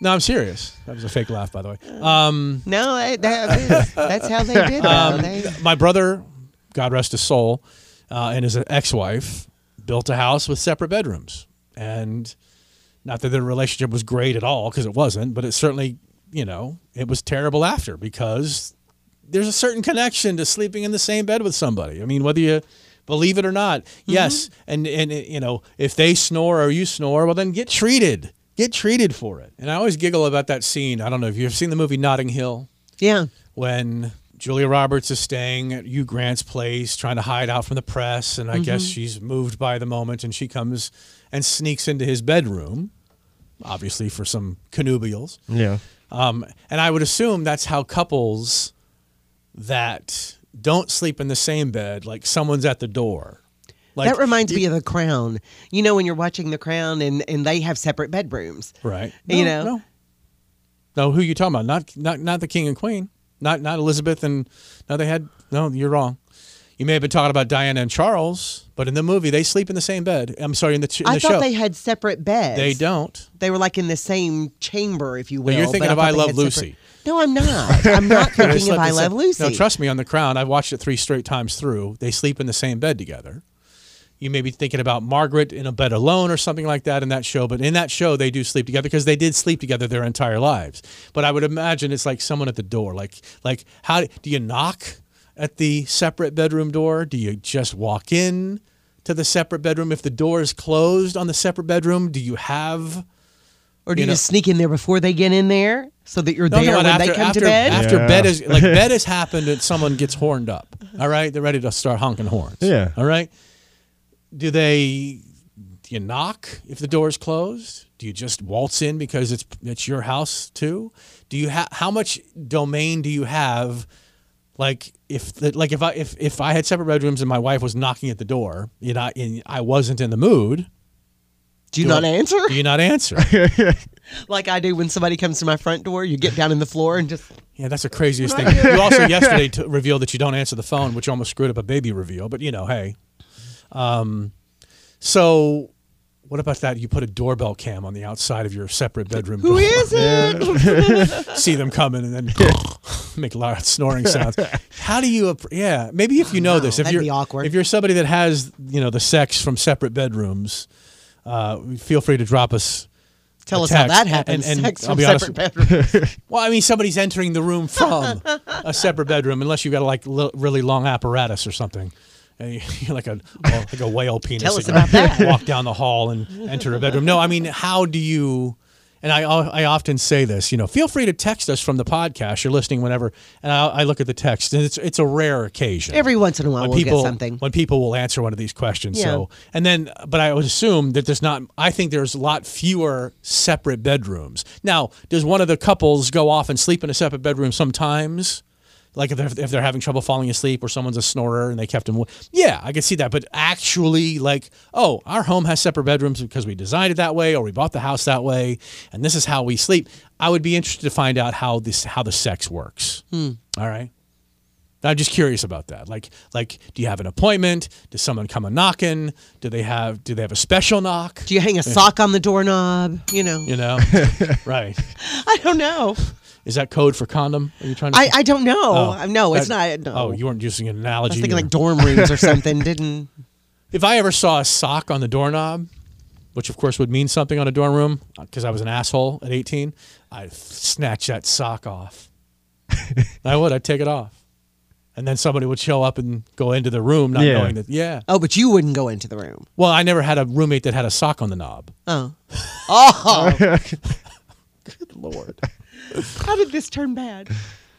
no, I'm serious. That was a fake laugh, by the way. Um, No, that, that [LAUGHS] is, that's how they did. Though. they, my brother, God rest his soul, uh, and his ex-wife built a house with separate bedrooms, and not that their relationship was great at all because it wasn't, but it certainly, you know, it was terrible after because there's a certain connection to sleeping in the same bed with somebody. I mean, whether you believe it or not, yes, and and uh, you know, if they snore or you snore, well, then get treated. Get treated for it. And I always giggle about that scene. I don't know if you've seen the movie Notting Hill yeah, when Julia Roberts is staying at Hugh Grant's place, trying to hide out from the press, Mm-hmm. and I guess she's moved by the moment, and she comes and sneaks into his bedroom obviously for some connubials. Yeah. Um, and I would assume that's how couples that don't sleep in the same bed, like someone's at the door. Like, that reminds me of The Crown. You know when you're watching The Crown and and they have separate bedrooms. right? you know. no. No, who you talking about? Not, not, not the king and queen. Not, not Elizabeth and no, they had no. You're wrong. You may have been talking about Diana and Charles, but in the movie they sleep in the same bed. I'm sorry, in the, ch- in I the thought show they had separate beds. They don't. They were like in the same chamber, if you will. you're but thinking of thought I they Love had separate- Lucy. No, [LAUGHS] I'm not. I'm not They thinking of slept in I the Love same- Lucy. No, trust me, on The Crown, I've watched it three straight times through. They sleep in the same bed together. You may be thinking about Margaret in a bed alone or something like that in that show, but in that show, they do sleep together because they did sleep together their entire lives. But I would imagine it's like someone at the door. Like, like how do you knock at the separate bedroom door? Do you just walk in to the separate bedroom? If the door is closed on the separate bedroom, do you have Or do you you, know- just sneak in there before they get in there so that you're No, there no, when after, they come after, to bed? After Yeah. [LAUGHS] bed is like bed has happened and someone gets horned up. All right, they're ready to start honking horns. Yeah. All right. Do they? Do you knock if the door is closed? Do you just waltz in because it's it's your house too? Do you have how much domain do you have? Like if the, like if I if, if I had separate bedrooms and my wife was knocking at the door and I and I wasn't in the mood, do you not I- answer? do you not answer? [LAUGHS] like I do when somebody comes to my front door, you get down in the floor and just Yeah, that's the craziest [LAUGHS] thing. You also yesterday t- revealed that you don't answer the phone, which almost screwed up a baby reveal. But you know, hey. Um, so, what about that? You put a doorbell cam on the outside of your separate bedroom. who door. is it? [LAUGHS] See them coming and then [LAUGHS] [LAUGHS] make loud snoring sounds. How do you? appr- Yeah, maybe if you know this, if that'd you're be awkward. if you're somebody that has you know the sex from separate bedrooms, uh, feel free to drop us. [LAUGHS] Tell a us how text. that happens. And- and Sex I'll from be honest- separate bedrooms. Well, I mean, somebody's entering the room from a separate bedroom, unless you've got like li- really long apparatus or something. And you- [LAUGHS] you're like a well, like a whale penis. Tell us and you about [LAUGHS] that. Walk down the hall and enter a bedroom. No, I mean, how do you? And I I often say this. You know, feel free to text us from the podcast. You're listening whenever, and I, I look at the text, and it's it's a rare occasion Every once in a while, when we'll people get something. when people will answer one of these questions. Yeah. So and then, but I would assume that there's not. I think there's a lot fewer separate bedrooms now. Does one of the couples go off and sleep in a separate bedroom sometimes? Like if they're, if they're having trouble falling asleep or someone's a snorer and they kept them. Yeah, I could see that. But actually, like, oh, our home has separate bedrooms because we designed it that way or we bought the house that way, and this is how we sleep. I would be interested to find out how this how the sex works. All right. I'm just curious about that. Like, like, do you have an appointment? Does someone come a knocking? Do they have Do they have a special knock? Do you hang a sock on the doorknob? You know, You know, right? [LAUGHS] I don't know. Is that code for condom? Are you trying to? I, I don't [LAUGHS] know. Uh, Oh, no, it's that- not. No. Oh, you weren't using an I was analogy. thinking or- like dorm rooms or [LAUGHS] something. Didn't if I ever saw a sock on the doorknob, which of course would mean something on a dorm room, because I was an asshole at 18, I'd snatch that sock off. I would. I'd take it off, and then somebody would show up and go into the room not Yeah. knowing that. Yeah. oh, but you wouldn't go into the room. Well, I never had a roommate that had a sock on the knob. [LAUGHS] Oh, oh, Lord. [LAUGHS] Uh, how did this turn bad?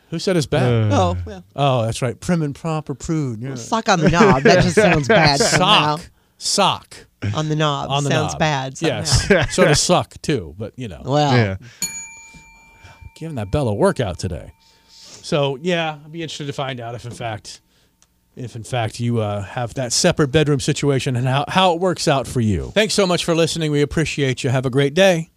Who said it's bad? Oh, well, oh, that's right. Prim and proper prude. Yeah. sock on the knob. That just sounds bad. somehow. [LAUGHS] Sock. Sock. on the knob On the sounds knob. bad. Somehow. Yes. [LAUGHS] so does suck, too. But, you know, Well, Yeah. giving that bell a workout today. So, yeah, I'd be interested to find out if, in fact, if in fact you uh, have that separate bedroom situation and how, how it works out for you. Thanks so much for listening. We appreciate you. Have a great day.